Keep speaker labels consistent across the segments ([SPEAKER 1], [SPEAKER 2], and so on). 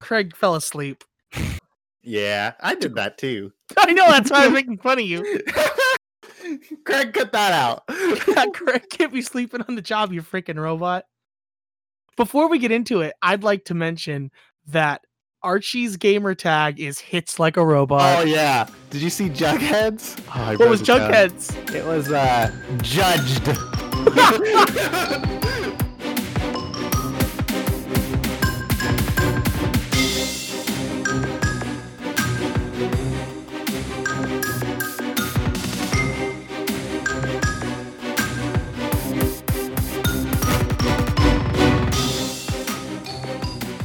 [SPEAKER 1] Craig fell asleep.
[SPEAKER 2] Yeah, I did that too.
[SPEAKER 1] I know that's why I was making fun of you.
[SPEAKER 2] Craig, cut that out.
[SPEAKER 1] Yeah, Craig can't be sleeping on the job, you freaking robot. Before we get into it, I'd like to mention that Archie's gamer tag is hits like a
[SPEAKER 2] oh
[SPEAKER 1] robot.
[SPEAKER 2] yeah, did you see Jugheads? Oh, I
[SPEAKER 1] what
[SPEAKER 2] wrote
[SPEAKER 1] was
[SPEAKER 2] it down.
[SPEAKER 1] Jughead's?
[SPEAKER 2] It was uh judged.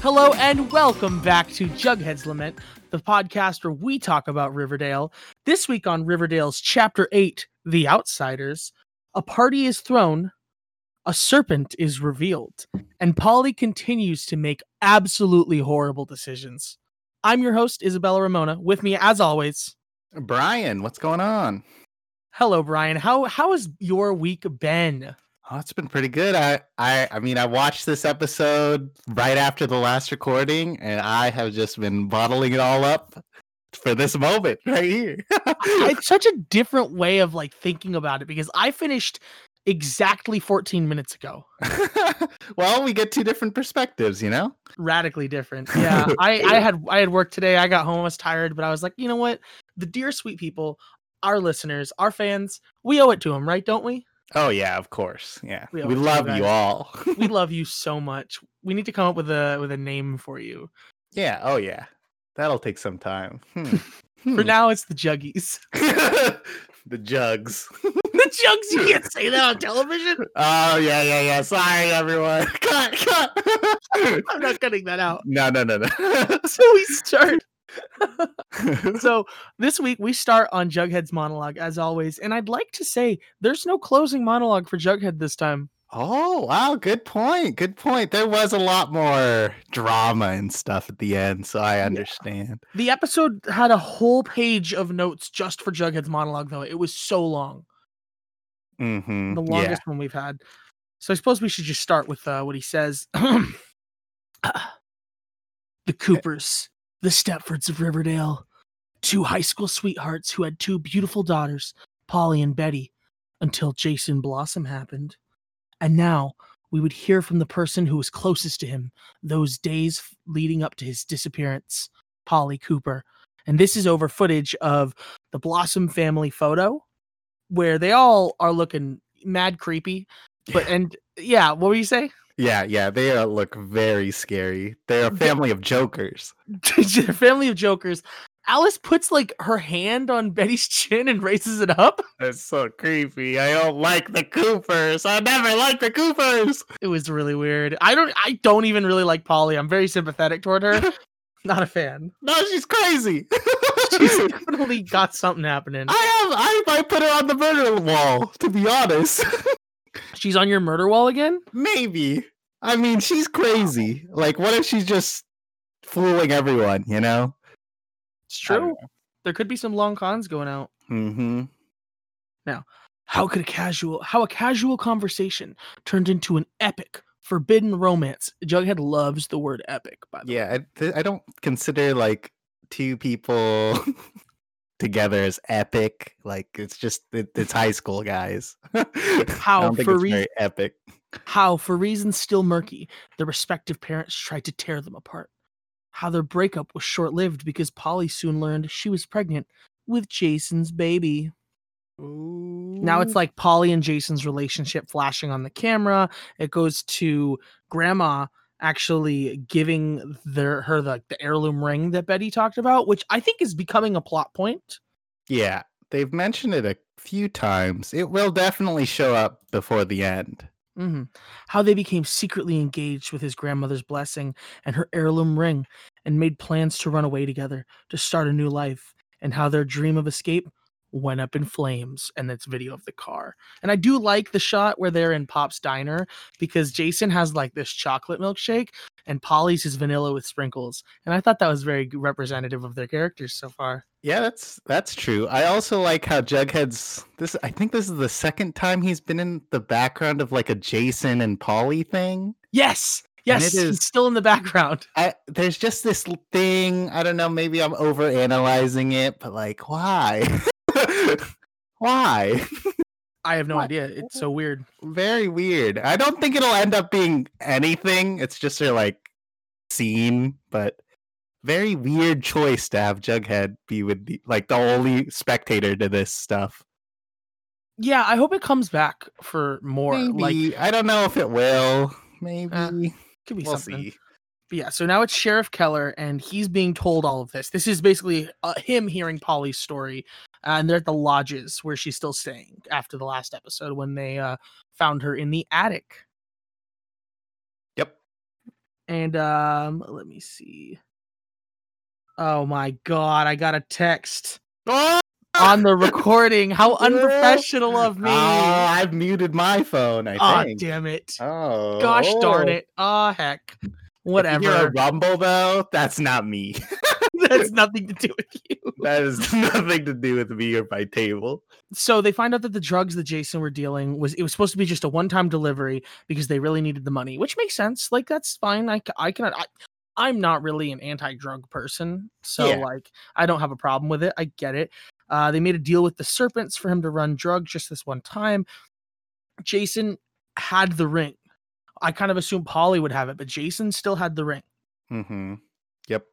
[SPEAKER 1] Hello and welcome back to Jughead's Lament, the podcast where we talk about Riverdale. This week on Riverdale's Chapter 8, The Outsiders, a party is thrown, a serpent is revealed, and Polly continues to make absolutely horrible decisions. I'm your host, Isabella Ramona. With me, as always,
[SPEAKER 2] Brian, what's going on?
[SPEAKER 1] hello, Brian. How how has your week been?
[SPEAKER 2] Oh, it's been pretty good. I, I I mean I watched this episode right after the last recording and I have just been bottling it all up for this moment right here.
[SPEAKER 1] it's such a different way of like thinking about it because I finished exactly 14 minutes ago.
[SPEAKER 2] well, we get two different perspectives, you know?
[SPEAKER 1] radically different. Yeah, I, I had I had work today. I got home. I was tired, but I was like, you know what? The dear sweet people, our listeners, our fans, we owe it to them, right? Don't we?
[SPEAKER 2] Oh yeah, of course. Yeah.
[SPEAKER 1] We
[SPEAKER 2] We,
[SPEAKER 1] always do
[SPEAKER 2] love
[SPEAKER 1] that.
[SPEAKER 2] you all.
[SPEAKER 1] We love you so much. We need to come up with a with a name for you.
[SPEAKER 2] yeah, oh yeah. That'll take some time. Hmm.
[SPEAKER 1] For
[SPEAKER 2] Hmm.
[SPEAKER 1] now, it's the Juggies.
[SPEAKER 2] the jugs.
[SPEAKER 1] the Jugs. You can't say that on television.
[SPEAKER 2] Oh yeah, yeah, yeah. Sorry everyone. Cut, cut.
[SPEAKER 1] I'm not cutting that out.
[SPEAKER 2] no, no, no, no.
[SPEAKER 1] So we start. So this week we start on Jughead's monologue as always, and I'd like to say there's no closing monologue for Jughead this time.
[SPEAKER 2] Oh, wow. Good point. Good point. There was a lot more drama and stuff at the end, so I understand.
[SPEAKER 1] The episode had a whole page of notes just for Jughead's monologue, though. It was so long,
[SPEAKER 2] Mm-hmm.
[SPEAKER 1] the longest one we've had. So I suppose we should just start with uh, what he says. the Coopers, the Stepfords of Riverdale, two high school sweethearts who had two beautiful daughters, Polly and Betty, until Jason Blossom happened. And now we would hear from the person who was closest to him those days f- leading up to his disappearance, Polly Cooper. And this is over footage of the Blossom family photo where they all are looking mad creepy. But and yeah, what were you saying?
[SPEAKER 2] Yeah, yeah. They uh, look very scary. They're a
[SPEAKER 1] The-
[SPEAKER 2] family of jokers.
[SPEAKER 1] Their family of jokers. Alice puts like her hand on Betty's chin and raises it up.
[SPEAKER 2] That's so creepy. I don't like the Coopers. I never like the Coopers.
[SPEAKER 1] It was really weird. I don't I don't even really like Polly. I'm very sympathetic toward her. Not a fan.
[SPEAKER 2] No, she's crazy.
[SPEAKER 1] She's definitely got something happening.
[SPEAKER 2] I have I might put her on the murder wall, to be honest.
[SPEAKER 1] She's on your murder wall again?
[SPEAKER 2] Maybe. I mean, she's crazy. Like, what if she's just fooling everyone, you know?
[SPEAKER 1] It's
[SPEAKER 2] I don't
[SPEAKER 1] true. There could be some long cons going out.
[SPEAKER 2] Mm-hmm.
[SPEAKER 1] How could a casual how a casual conversation turned into an epic forbidden romance? Jughead loves the word epic, by the way.
[SPEAKER 2] Yeah, I, th- I don't consider like two people together as epic. Like, it's just it, it's high school guys.
[SPEAKER 1] How
[SPEAKER 2] I don't think
[SPEAKER 1] for
[SPEAKER 2] it's
[SPEAKER 1] rea-
[SPEAKER 2] very epic.
[SPEAKER 1] How, for reasons still murky, their respective parents tried to tear them apart. How their breakup was short lived because Polly soon learned she was pregnant with Jason's baby. Now it's like Polly and Jason's relationship flashing on the camera. It goes to grandma actually giving their her the, the heirloom ring that Betty talked about, which I think is becoming a plot point.
[SPEAKER 2] yeah, they've mentioned it a few times. It will definitely show up before the end.
[SPEAKER 1] hmm How they became secretly engaged with his grandmother's blessing and her heirloom ring and made plans to run away together to start a new life, and how their dream of escape went up in flames. And that's video of the car. And I do like the shot where they're in Pop's Diner because Jason has like this chocolate milkshake and Polly's is vanilla with sprinkles. And I thought that was very g- representative of their characters so far.
[SPEAKER 2] Yeah, that's that's true. I also like how Jughead's this I think this is the second time he's been in the background of like a Jason and Polly thing.
[SPEAKER 1] Yes, Yes,
[SPEAKER 2] it
[SPEAKER 1] he's
[SPEAKER 2] is-
[SPEAKER 1] still in the background.
[SPEAKER 2] I, there's just this l- thing. I don't know. Maybe I'm overanalyzing it, but like, why? why?
[SPEAKER 1] I have no
[SPEAKER 2] What?
[SPEAKER 1] idea. It's so weird.
[SPEAKER 2] Very weird. I don't think it'll end up being anything. It's just a like scene, but very weird choice to have Jughead be with the, like the only spectator to this stuff.
[SPEAKER 1] Yeah, I hope it comes back for more. Like,
[SPEAKER 2] Maybe I don't know if it will. Maybe
[SPEAKER 1] could be
[SPEAKER 2] we'll
[SPEAKER 1] Uh, something.
[SPEAKER 2] see.
[SPEAKER 1] But yeah, so now it's Sheriff Keller, and he's being told all of this. This is basically uh, him hearing Polly's story, and they're at the lodges where she's still staying after the last episode when they uh, found her in the attic.
[SPEAKER 2] Yep.
[SPEAKER 1] And um, let me see. Oh my god, I got a text
[SPEAKER 2] Oh,
[SPEAKER 1] on the recording. How unprofessional of
[SPEAKER 2] oh,
[SPEAKER 1] me!
[SPEAKER 2] I've muted my phone. I
[SPEAKER 1] Ah,
[SPEAKER 2] think.
[SPEAKER 1] damn it!
[SPEAKER 2] Oh,
[SPEAKER 1] Gosh darn it! Ah, heck.
[SPEAKER 2] If you hear a
[SPEAKER 1] Whatever.
[SPEAKER 2] rumble though, that's not me.
[SPEAKER 1] That's nothing to do with you.
[SPEAKER 2] that has nothing to do with me or my table.
[SPEAKER 1] so they find out that the drugs that Jason were dealing was it was supposed to be just a one time delivery because they really needed the money, which makes sense. Like that's fine. I c- I can I, I'm not really an anti drug person, so
[SPEAKER 2] Yeah.
[SPEAKER 1] like I don't have a problem with it. I get it. Uh, they made a deal with the serpents for him to run drugs just this one time. Jason had the ring. I kind of assumed Polly would have it, but Jason still had the ring.
[SPEAKER 2] Mm-hmm. Yep.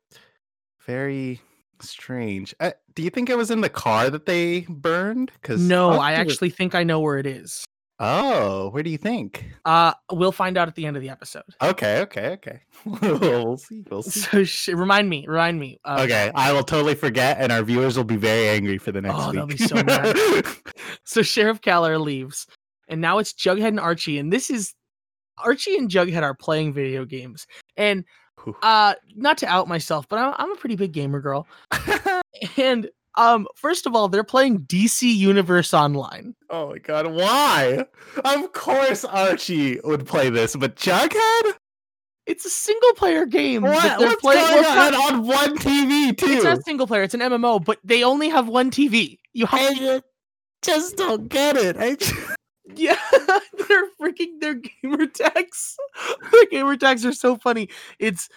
[SPEAKER 2] Very strange. Uh, do you think it was in the car that they burned? Because
[SPEAKER 1] No, I actually think I know where it is.
[SPEAKER 2] Oh, where do you think?
[SPEAKER 1] Uh, we'll find out at the end of the episode.
[SPEAKER 2] Okay, okay, okay. we'll see. We'll see.
[SPEAKER 1] So sh- remind me, remind me. Uh,
[SPEAKER 2] Okay, I will totally forget, and our viewers will be very angry for the next
[SPEAKER 1] Oh,
[SPEAKER 2] week.
[SPEAKER 1] they'll be so mad. So Sheriff Keller leaves, and now it's Jughead and Archie, and this is Archie and Jughead are playing video games. And
[SPEAKER 2] Oof.
[SPEAKER 1] uh, not to out myself, but I'm, I'm a pretty big gamer girl. And um, first of all, they're playing DC Universe Online.
[SPEAKER 2] oh my god, why? Of course, Archie would play this, but Jughead.
[SPEAKER 1] It's a single player game. that
[SPEAKER 2] What?
[SPEAKER 1] they're
[SPEAKER 2] What's
[SPEAKER 1] playing-
[SPEAKER 2] going
[SPEAKER 1] well,
[SPEAKER 2] on
[SPEAKER 1] it's not-
[SPEAKER 2] on one TV too?
[SPEAKER 1] It's not single player. It's an MMO, but they only have one TV. You have
[SPEAKER 2] I ju- just don't get it. I ju-
[SPEAKER 1] Yeah, they're freaking their gamer tags. the gamer tags are so funny. It's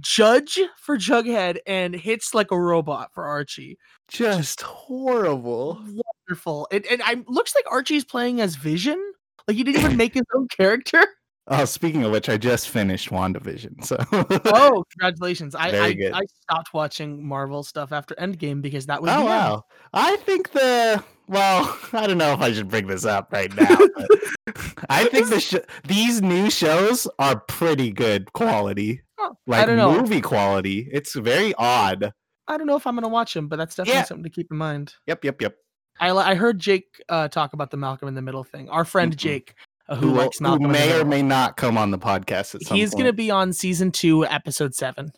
[SPEAKER 1] Judge for Jughead and hits like a robot for Archie.
[SPEAKER 2] just horrible.
[SPEAKER 1] Wonderful. It and I looks like Archie's playing as Vision. Like he didn't even make his own character.
[SPEAKER 2] Oh, speaking of which, I just finished WandaVision. So oh,
[SPEAKER 1] Oh, congratulations! I
[SPEAKER 2] Very
[SPEAKER 1] I,
[SPEAKER 2] good.
[SPEAKER 1] I stopped watching Marvel stuff after Endgame because that was the end.
[SPEAKER 2] Oh, wow. I think the well, I don't know if I should bring this up right now. but I think the sh- these new shows are pretty good quality.
[SPEAKER 1] Huh,
[SPEAKER 2] Like
[SPEAKER 1] don't know.
[SPEAKER 2] movie quality. It's very odd.
[SPEAKER 1] I don't know if I'm gonna watch him, but that's definitely
[SPEAKER 2] Yeah.
[SPEAKER 1] something to keep in mind.
[SPEAKER 2] Yep, yep, yep.
[SPEAKER 1] I li- I heard Jake uh, talk about the Malcolm in the Middle thing. Our friend
[SPEAKER 2] Mhm.
[SPEAKER 1] Jake, uh,
[SPEAKER 2] Who,
[SPEAKER 1] who,
[SPEAKER 2] will-
[SPEAKER 1] likes
[SPEAKER 2] who
[SPEAKER 1] Malcolm in the
[SPEAKER 2] may or
[SPEAKER 1] Middle.
[SPEAKER 2] may not come on the podcast at some
[SPEAKER 1] He's
[SPEAKER 2] point.
[SPEAKER 1] going to be on season two, episode seven.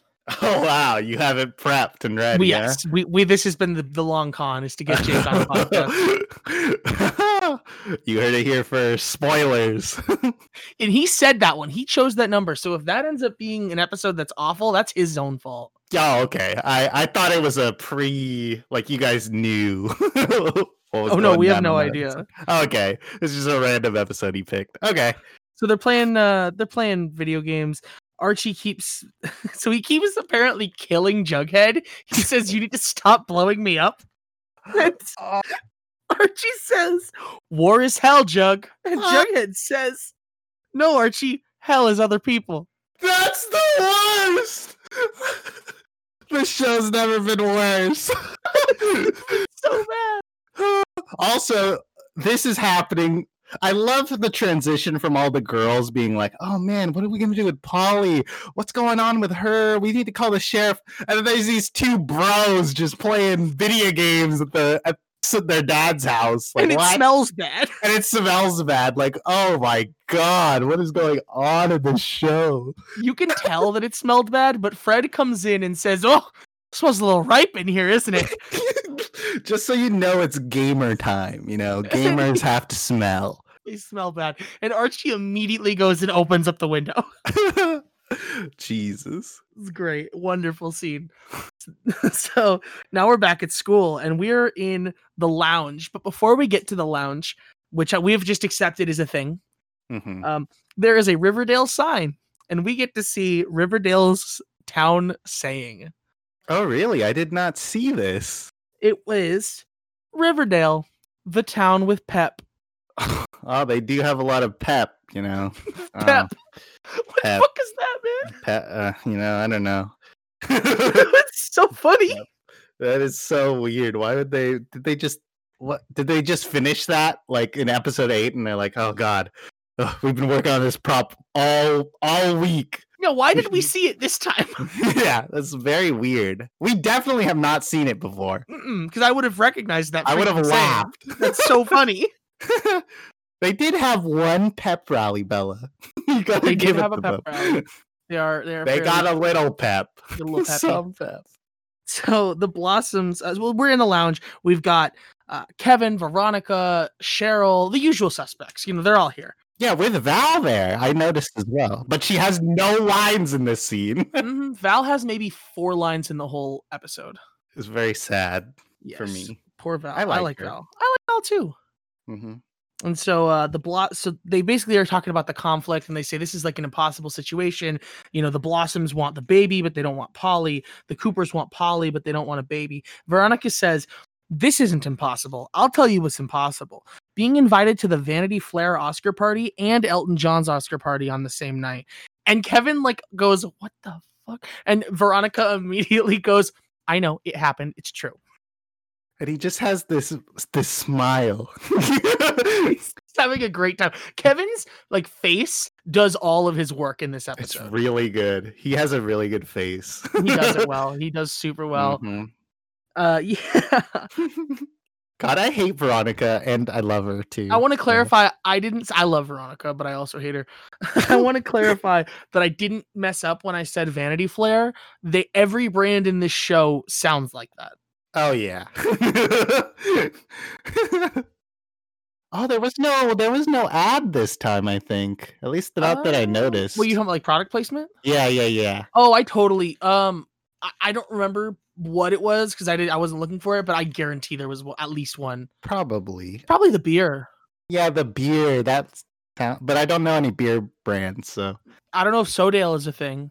[SPEAKER 2] Oh wow, you have it prepped and ready.
[SPEAKER 1] We,
[SPEAKER 2] yeah?
[SPEAKER 1] yes, we, we this has been the, the long con is to get Jake on the podcast,
[SPEAKER 2] you heard it here first. Spoilers.
[SPEAKER 1] and he said that one. He chose that number, so if that ends up being an episode that's awful, that's his own fault.
[SPEAKER 2] oh, okay. I I thought it was a pre. Like you guys knew.
[SPEAKER 1] Oh no, we have no idea.
[SPEAKER 2] Okay, this is a random episode he picked. Okay.
[SPEAKER 1] So they're playing uh they're playing video games. Archie keeps so he keeps apparently killing Jughead. He says, You need to stop blowing me up. And
[SPEAKER 2] Oh.
[SPEAKER 1] Archie says, War is hell, Jug. And
[SPEAKER 2] Huh?
[SPEAKER 1] Jughead says, No, Archie, hell is other people.
[SPEAKER 2] That's the worst. this show's never been worse.
[SPEAKER 1] so bad.
[SPEAKER 2] also, this is happening. I love the transition from all the girls being like, "Oh man, what are we gonna do with Polly? What's going on with her? We need to call the sheriff." And then there's these two bros just playing video games at the at s- their dad's house. Like,
[SPEAKER 1] and it
[SPEAKER 2] what?
[SPEAKER 1] smells bad.
[SPEAKER 2] and it smells bad. Like, oh my god, what is going on in this show?
[SPEAKER 1] You can tell that it smelled bad, but Fred comes in and says, Oh, smells a little ripe in here, isn't it?
[SPEAKER 2] just so you know, it's gamer time. You know, gamers have to smell.
[SPEAKER 1] They smell bad. And Archie immediately goes and opens up the window.
[SPEAKER 2] Jesus.
[SPEAKER 1] It's great. Wonderful scene. so now we're back at school and we're in the lounge. But before we get to the lounge, um,
[SPEAKER 2] Mm-hmm.
[SPEAKER 1] which I- we have just accepted is a thing, there is a Riverdale sign. and we get to see Riverdale's town saying.
[SPEAKER 2] Oh, really? I did not see this.
[SPEAKER 1] It was Riverdale, the town with pep.
[SPEAKER 2] oh, they do have a lot of pep, you know. Uh,
[SPEAKER 1] Pep. what
[SPEAKER 2] pep.
[SPEAKER 1] the fuck is that,
[SPEAKER 2] pe- uh, you know, I don't know.
[SPEAKER 1] man? it's so funny.
[SPEAKER 2] that is so weird. Why would they? Did they just what? Did they just finish that like in episode eight? And they're like, oh god, ugh, we've been working on this prop all all week.
[SPEAKER 1] No, why did we see it this time?
[SPEAKER 2] yeah, that's very weird. We definitely have not seen it before.
[SPEAKER 1] Because I would have recognized that.
[SPEAKER 2] I would have
[SPEAKER 1] freaking saying.
[SPEAKER 2] laughed.
[SPEAKER 1] That's so funny.
[SPEAKER 2] they did have one pep rally, Bella. you gotta
[SPEAKER 1] They did
[SPEAKER 2] give it
[SPEAKER 1] have a
[SPEAKER 2] to
[SPEAKER 1] pep
[SPEAKER 2] them.
[SPEAKER 1] rally. They are. They are.
[SPEAKER 2] They
[SPEAKER 1] fairly-
[SPEAKER 2] got a little pep.
[SPEAKER 1] a little peppy.
[SPEAKER 2] Some pep.
[SPEAKER 1] So the blossoms. As well, we're in the lounge. We've got uh, Kevin, Veronica, Cheryl, the usual suspects. You know, they're all here.
[SPEAKER 2] Yeah, with Val there, I noticed as well. But she has no lines in this scene.
[SPEAKER 1] Mhm. Val has maybe four lines in the whole episode.
[SPEAKER 2] It's very sad for
[SPEAKER 1] Yes.
[SPEAKER 2] me.
[SPEAKER 1] Poor Val.
[SPEAKER 2] I
[SPEAKER 1] I like,
[SPEAKER 2] like her.
[SPEAKER 1] Val. I like Val too.
[SPEAKER 2] hmm
[SPEAKER 1] And so uh, the blot, so they basically are talking about the conflict, and they say this is like an impossible situation. You know, the Blossoms want the baby, but they don't want Polly. The Coopers want Polly, but they don't want a baby. Veronica says, "This isn't impossible. I'll tell you what's impossible: being invited to the Vanity Flair Oscar party and Elton John's Oscar party on the same night." And Kevin like goes, "What the fuck?" And Veronica immediately goes, "I know it happened. It's true."
[SPEAKER 2] And he just has this this smile.
[SPEAKER 1] he's having a great time. Kevin's like face does all of his work in this
[SPEAKER 2] it's
[SPEAKER 1] episode.
[SPEAKER 2] really good. He has a really good face.
[SPEAKER 1] he does it well. He does super well.
[SPEAKER 2] Mhm.
[SPEAKER 1] Uh, yeah.
[SPEAKER 2] God, I hate Veronica, and I love her too.
[SPEAKER 1] I want to
[SPEAKER 2] so-
[SPEAKER 1] clarify. I didn't. s- I love Veronica, but I also hate her. I want to clarify that I didn't mess up when I said Vanity Flair. They every brand in this show sounds like that.
[SPEAKER 2] Oh yeah. oh, there was no there was no ad this time. I think at least not that I
[SPEAKER 1] Oh,
[SPEAKER 2] noticed.
[SPEAKER 1] Well, you have like product placement.
[SPEAKER 2] yeah, yeah, yeah.
[SPEAKER 1] Oh, I totally. Um, I, I don't remember what it was because I did. I wasn't looking for it, but I guarantee there was one- at least one.
[SPEAKER 2] Probably.
[SPEAKER 1] Probably the beer.
[SPEAKER 2] Yeah, the beer. That's count- but I don't know any beer brands, so
[SPEAKER 1] I don't know if Sodale is a thing.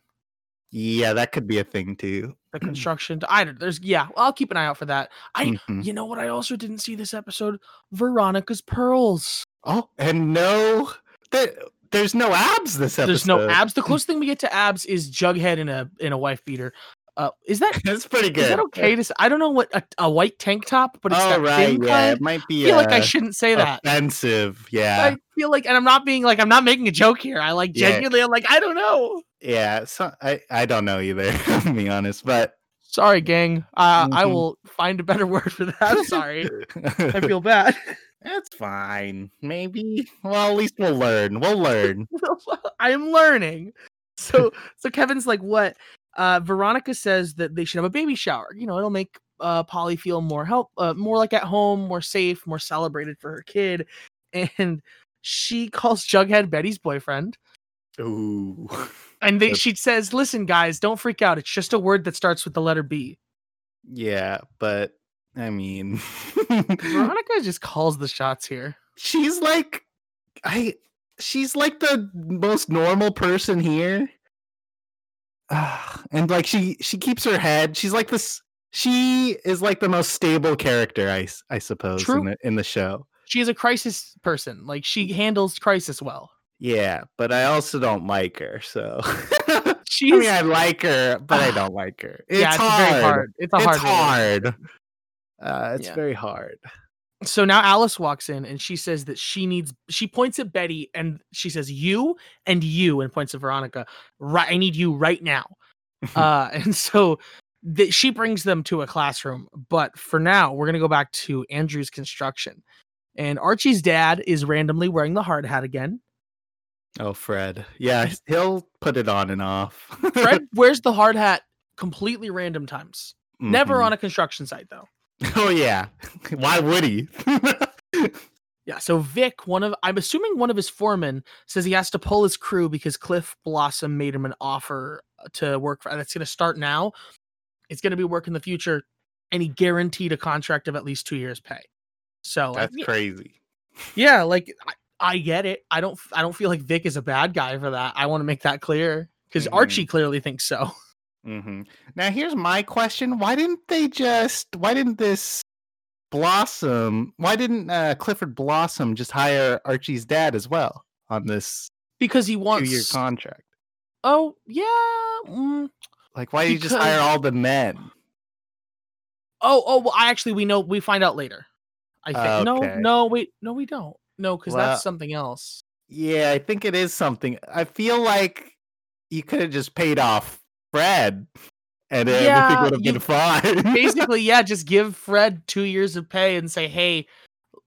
[SPEAKER 2] yeah, that could be a thing too.
[SPEAKER 1] the construction. I don't. There's yeah. well, I'll keep an eye out for that. I
[SPEAKER 2] Mhm.
[SPEAKER 1] you know what? I also didn't see this episode. Veronica's pearls.
[SPEAKER 2] Oh, and no, there, there's no abs this episode.
[SPEAKER 1] There's no abs. The closest thing we get to abs is Jughead in a in a wife beater. Uh, is that
[SPEAKER 2] That's pretty good.
[SPEAKER 1] is that okay to? Say? I don't know what a, a white tank top, but it's
[SPEAKER 2] oh
[SPEAKER 1] that
[SPEAKER 2] right,
[SPEAKER 1] thin
[SPEAKER 2] yeah, it
[SPEAKER 1] kind.
[SPEAKER 2] might
[SPEAKER 1] I
[SPEAKER 2] be.
[SPEAKER 1] feel like I
[SPEAKER 2] uh,
[SPEAKER 1] shouldn't say that.
[SPEAKER 2] offensive. Yeah,
[SPEAKER 1] I feel like, and I'm not being like I'm not making a joke here. I like
[SPEAKER 2] Yeah.
[SPEAKER 1] genuinely. I'm like I don't know.
[SPEAKER 2] yeah. So I I don't know either. to be honest, but
[SPEAKER 1] Sorry, gang. Uh, I
[SPEAKER 2] Mhm.
[SPEAKER 1] will find a better word for that. I'm sorry. I feel bad.
[SPEAKER 2] That's fine. Maybe. Well, at least we'll learn. We'll learn.
[SPEAKER 1] I'm learning. So so Kevin's like, what? Uh, Veronica says that they should have a baby shower. You know, it'll make uh, Polly feel more help, uh, more like at home, more safe, more celebrated for her kid. And she calls Jughead Betty's boyfriend,
[SPEAKER 2] Ooh.
[SPEAKER 1] and they,
[SPEAKER 2] Yep.
[SPEAKER 1] she says, "Listen, guys, don't freak out. It's just a word that starts with the letter B."
[SPEAKER 2] Yeah, but I mean,
[SPEAKER 1] Veronica just calls the shots here.
[SPEAKER 2] she's like, I. She's like the most normal person here. Ah, and like she she keeps her head. She's like this. She is like the most stable character, I s- I suppose,
[SPEAKER 1] True.
[SPEAKER 2] in the in the show.
[SPEAKER 1] She is a crisis person. Like
[SPEAKER 2] Mm.
[SPEAKER 1] she handles crisis well.
[SPEAKER 2] Yeah, but I also don't like her. So I
[SPEAKER 1] She's
[SPEAKER 2] mean, I like her, but I don't like her. It's,
[SPEAKER 1] yeah, it's a very
[SPEAKER 2] hard.
[SPEAKER 1] hard. It's a
[SPEAKER 2] it's
[SPEAKER 1] hard. relationship.
[SPEAKER 2] hard. Uh, it's
[SPEAKER 1] Yeah.
[SPEAKER 2] very hard.
[SPEAKER 1] so now Alice walks in and she says that she needs she points at Betty and she says you and you and points at Veronica right I need you right now uh and so that she brings them to a classroom but for now we're going to go back to Andrew's construction and Archie's dad is randomly wearing the hard hat again
[SPEAKER 2] Oh, Fred. Yeah, he's- he'll put it on and off.
[SPEAKER 1] Fred wears the hard hat completely random times never
[SPEAKER 2] Mhm.
[SPEAKER 1] on a construction site though
[SPEAKER 2] Oh yeah. Why would he?
[SPEAKER 1] Yeah, so Vic, one of I'm assuming one of his foremen says he has to pull his crew because Cliff Blossom made him an offer uh, to work for that's going to start now. It's going to be work in the future and he guaranteed a contract of at least 2 years pay. So like,
[SPEAKER 2] That's
[SPEAKER 1] y-
[SPEAKER 2] crazy.
[SPEAKER 1] yeah, like I, I get it. I don't I don't feel like Vic is a bad guy for that. I want to make that clear because
[SPEAKER 2] Mhm.
[SPEAKER 1] Archie clearly thinks so.
[SPEAKER 2] Mm-hmm. Now, here's my question: Why didn't they just? Why didn't this Blossom? Why didn't uh, Clifford Blossom just hire Archie's dad as well on this
[SPEAKER 1] Because he
[SPEAKER 2] two-year
[SPEAKER 1] wants
[SPEAKER 2] contract?
[SPEAKER 1] Oh, yeah. mm.
[SPEAKER 2] Like, why did you just hire
[SPEAKER 1] Because-
[SPEAKER 2] all the men?
[SPEAKER 1] Oh, oh, well, I actually we know we find out later. I think
[SPEAKER 2] Okay.
[SPEAKER 1] no, no, wait, no, we don't. No, because
[SPEAKER 2] Well-
[SPEAKER 1] that's something else.
[SPEAKER 2] Yeah, I think it is something. I feel like you could have just paid off Fred, and everything
[SPEAKER 1] Yeah,
[SPEAKER 2] would have
[SPEAKER 1] you-
[SPEAKER 2] been fine.
[SPEAKER 1] Basically, yeah, just give Fred two years of pay and say, hey,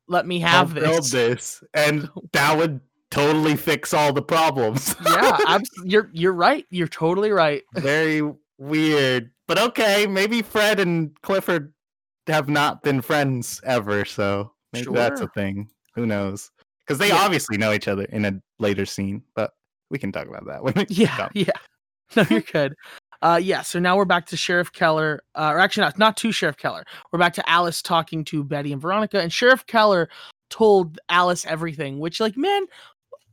[SPEAKER 1] let me have
[SPEAKER 2] I'll build
[SPEAKER 1] this.
[SPEAKER 2] this, and that would totally fix all the problems.
[SPEAKER 1] yeah, abs- you're you're right. You're totally right.
[SPEAKER 2] very weird. But okay, maybe Fred and Clifford have not been friends ever, so maybe that's a
[SPEAKER 1] Sure.
[SPEAKER 2] thing. Who knows? Because they
[SPEAKER 1] Yeah.
[SPEAKER 2] obviously know each other in a later scene, but we can talk about that when we
[SPEAKER 1] Yeah,
[SPEAKER 2] come.
[SPEAKER 1] yeah. No, you're good. Uh, yeah, so now we're back to Sheriff Keller, uh, or actually not, not to Sheriff Keller. We're back to Alice talking to Betty and Veronica, and Sheriff Keller told Alice everything, which like, man,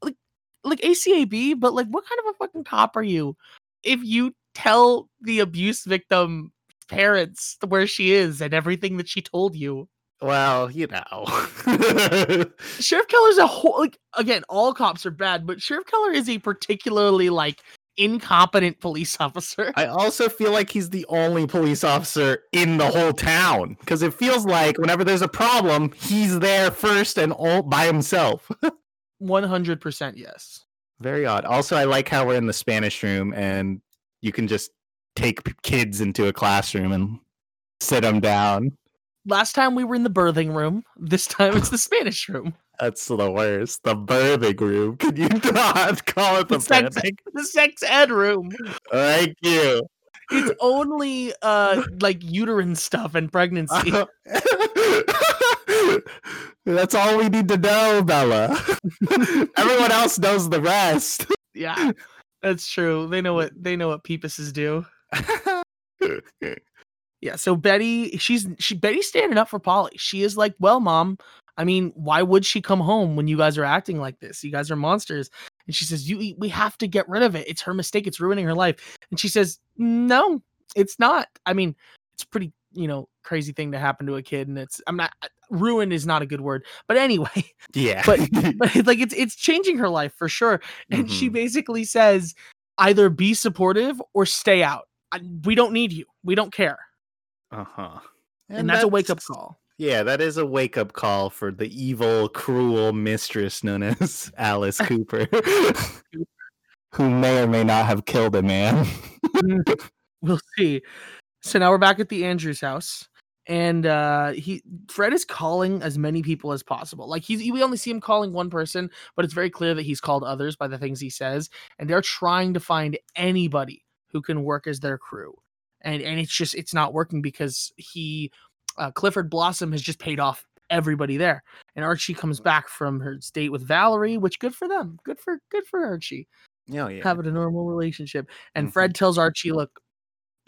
[SPEAKER 1] like, like ACAB, but like, what kind of a fucking cop are you if you tell the abuse victim parents where she is and everything that she told you?
[SPEAKER 2] Well, you know.
[SPEAKER 1] Sheriff Keller's a whole like again, all cops are bad, but Sheriff Keller is a particularly like incompetent police officer.
[SPEAKER 2] I also feel like he's the only police officer in the whole town because it feels like whenever there's a problem, he's there first and all by himself.
[SPEAKER 1] One hundred percent yes.
[SPEAKER 2] Very odd. Also, I like how we're in the Spanish room and you can just take p- kids into a classroom and sit them down.
[SPEAKER 1] Last time we were in the birthing room. This time it's the Spanish room.
[SPEAKER 2] That's the worst. The birthing room. Can you not call it the
[SPEAKER 1] It's like-
[SPEAKER 2] birthing?
[SPEAKER 1] The sex ed room.
[SPEAKER 2] Thank you.
[SPEAKER 1] It's only uh like uterine stuff and pregnancy.
[SPEAKER 2] That's all we need to know, Bella. Everyone else knows the rest.
[SPEAKER 1] yeah. That's true. They know what they know what peepuses do. Yeah, so Betty, she's she Betty's standing up for Polly. She is like, "Well, mom, I mean, why would she come home when you guys are acting like this? You guys are monsters." And she says, "You we have to get rid of it. It's her mistake. It's ruining her life." And she says, "No, it's not. I mean, it's pretty, you know, crazy thing to happen to a kid and it's I'm not ruin is not a good word. But anyway,
[SPEAKER 2] yeah.
[SPEAKER 1] but it's like it's it's changing her life for sure and she
[SPEAKER 2] Mhm.
[SPEAKER 1] basically says either be supportive or stay out I, we don't need you we don't care
[SPEAKER 2] uh-huh.
[SPEAKER 1] and, that's, a wake-up call
[SPEAKER 2] Yeah, that is a wake up call for the evil, cruel mistress known as Alice Cooper, who may or may not have killed a man.
[SPEAKER 1] we'll see so now we're back at the andrews house and uh he fred is calling as many people as possible like he's we only see him calling one person but it's very clear that he's called others by the things he says and they're trying to find anybody who can work as their crew and and it's just it's not working because he uh, clifford blossom has just paid off everybody there and archie comes back from her date with valerie which good for them good for good for archie
[SPEAKER 2] Oh, yeah.
[SPEAKER 1] having a normal relationship and
[SPEAKER 2] Mhm.
[SPEAKER 1] fred tells archie look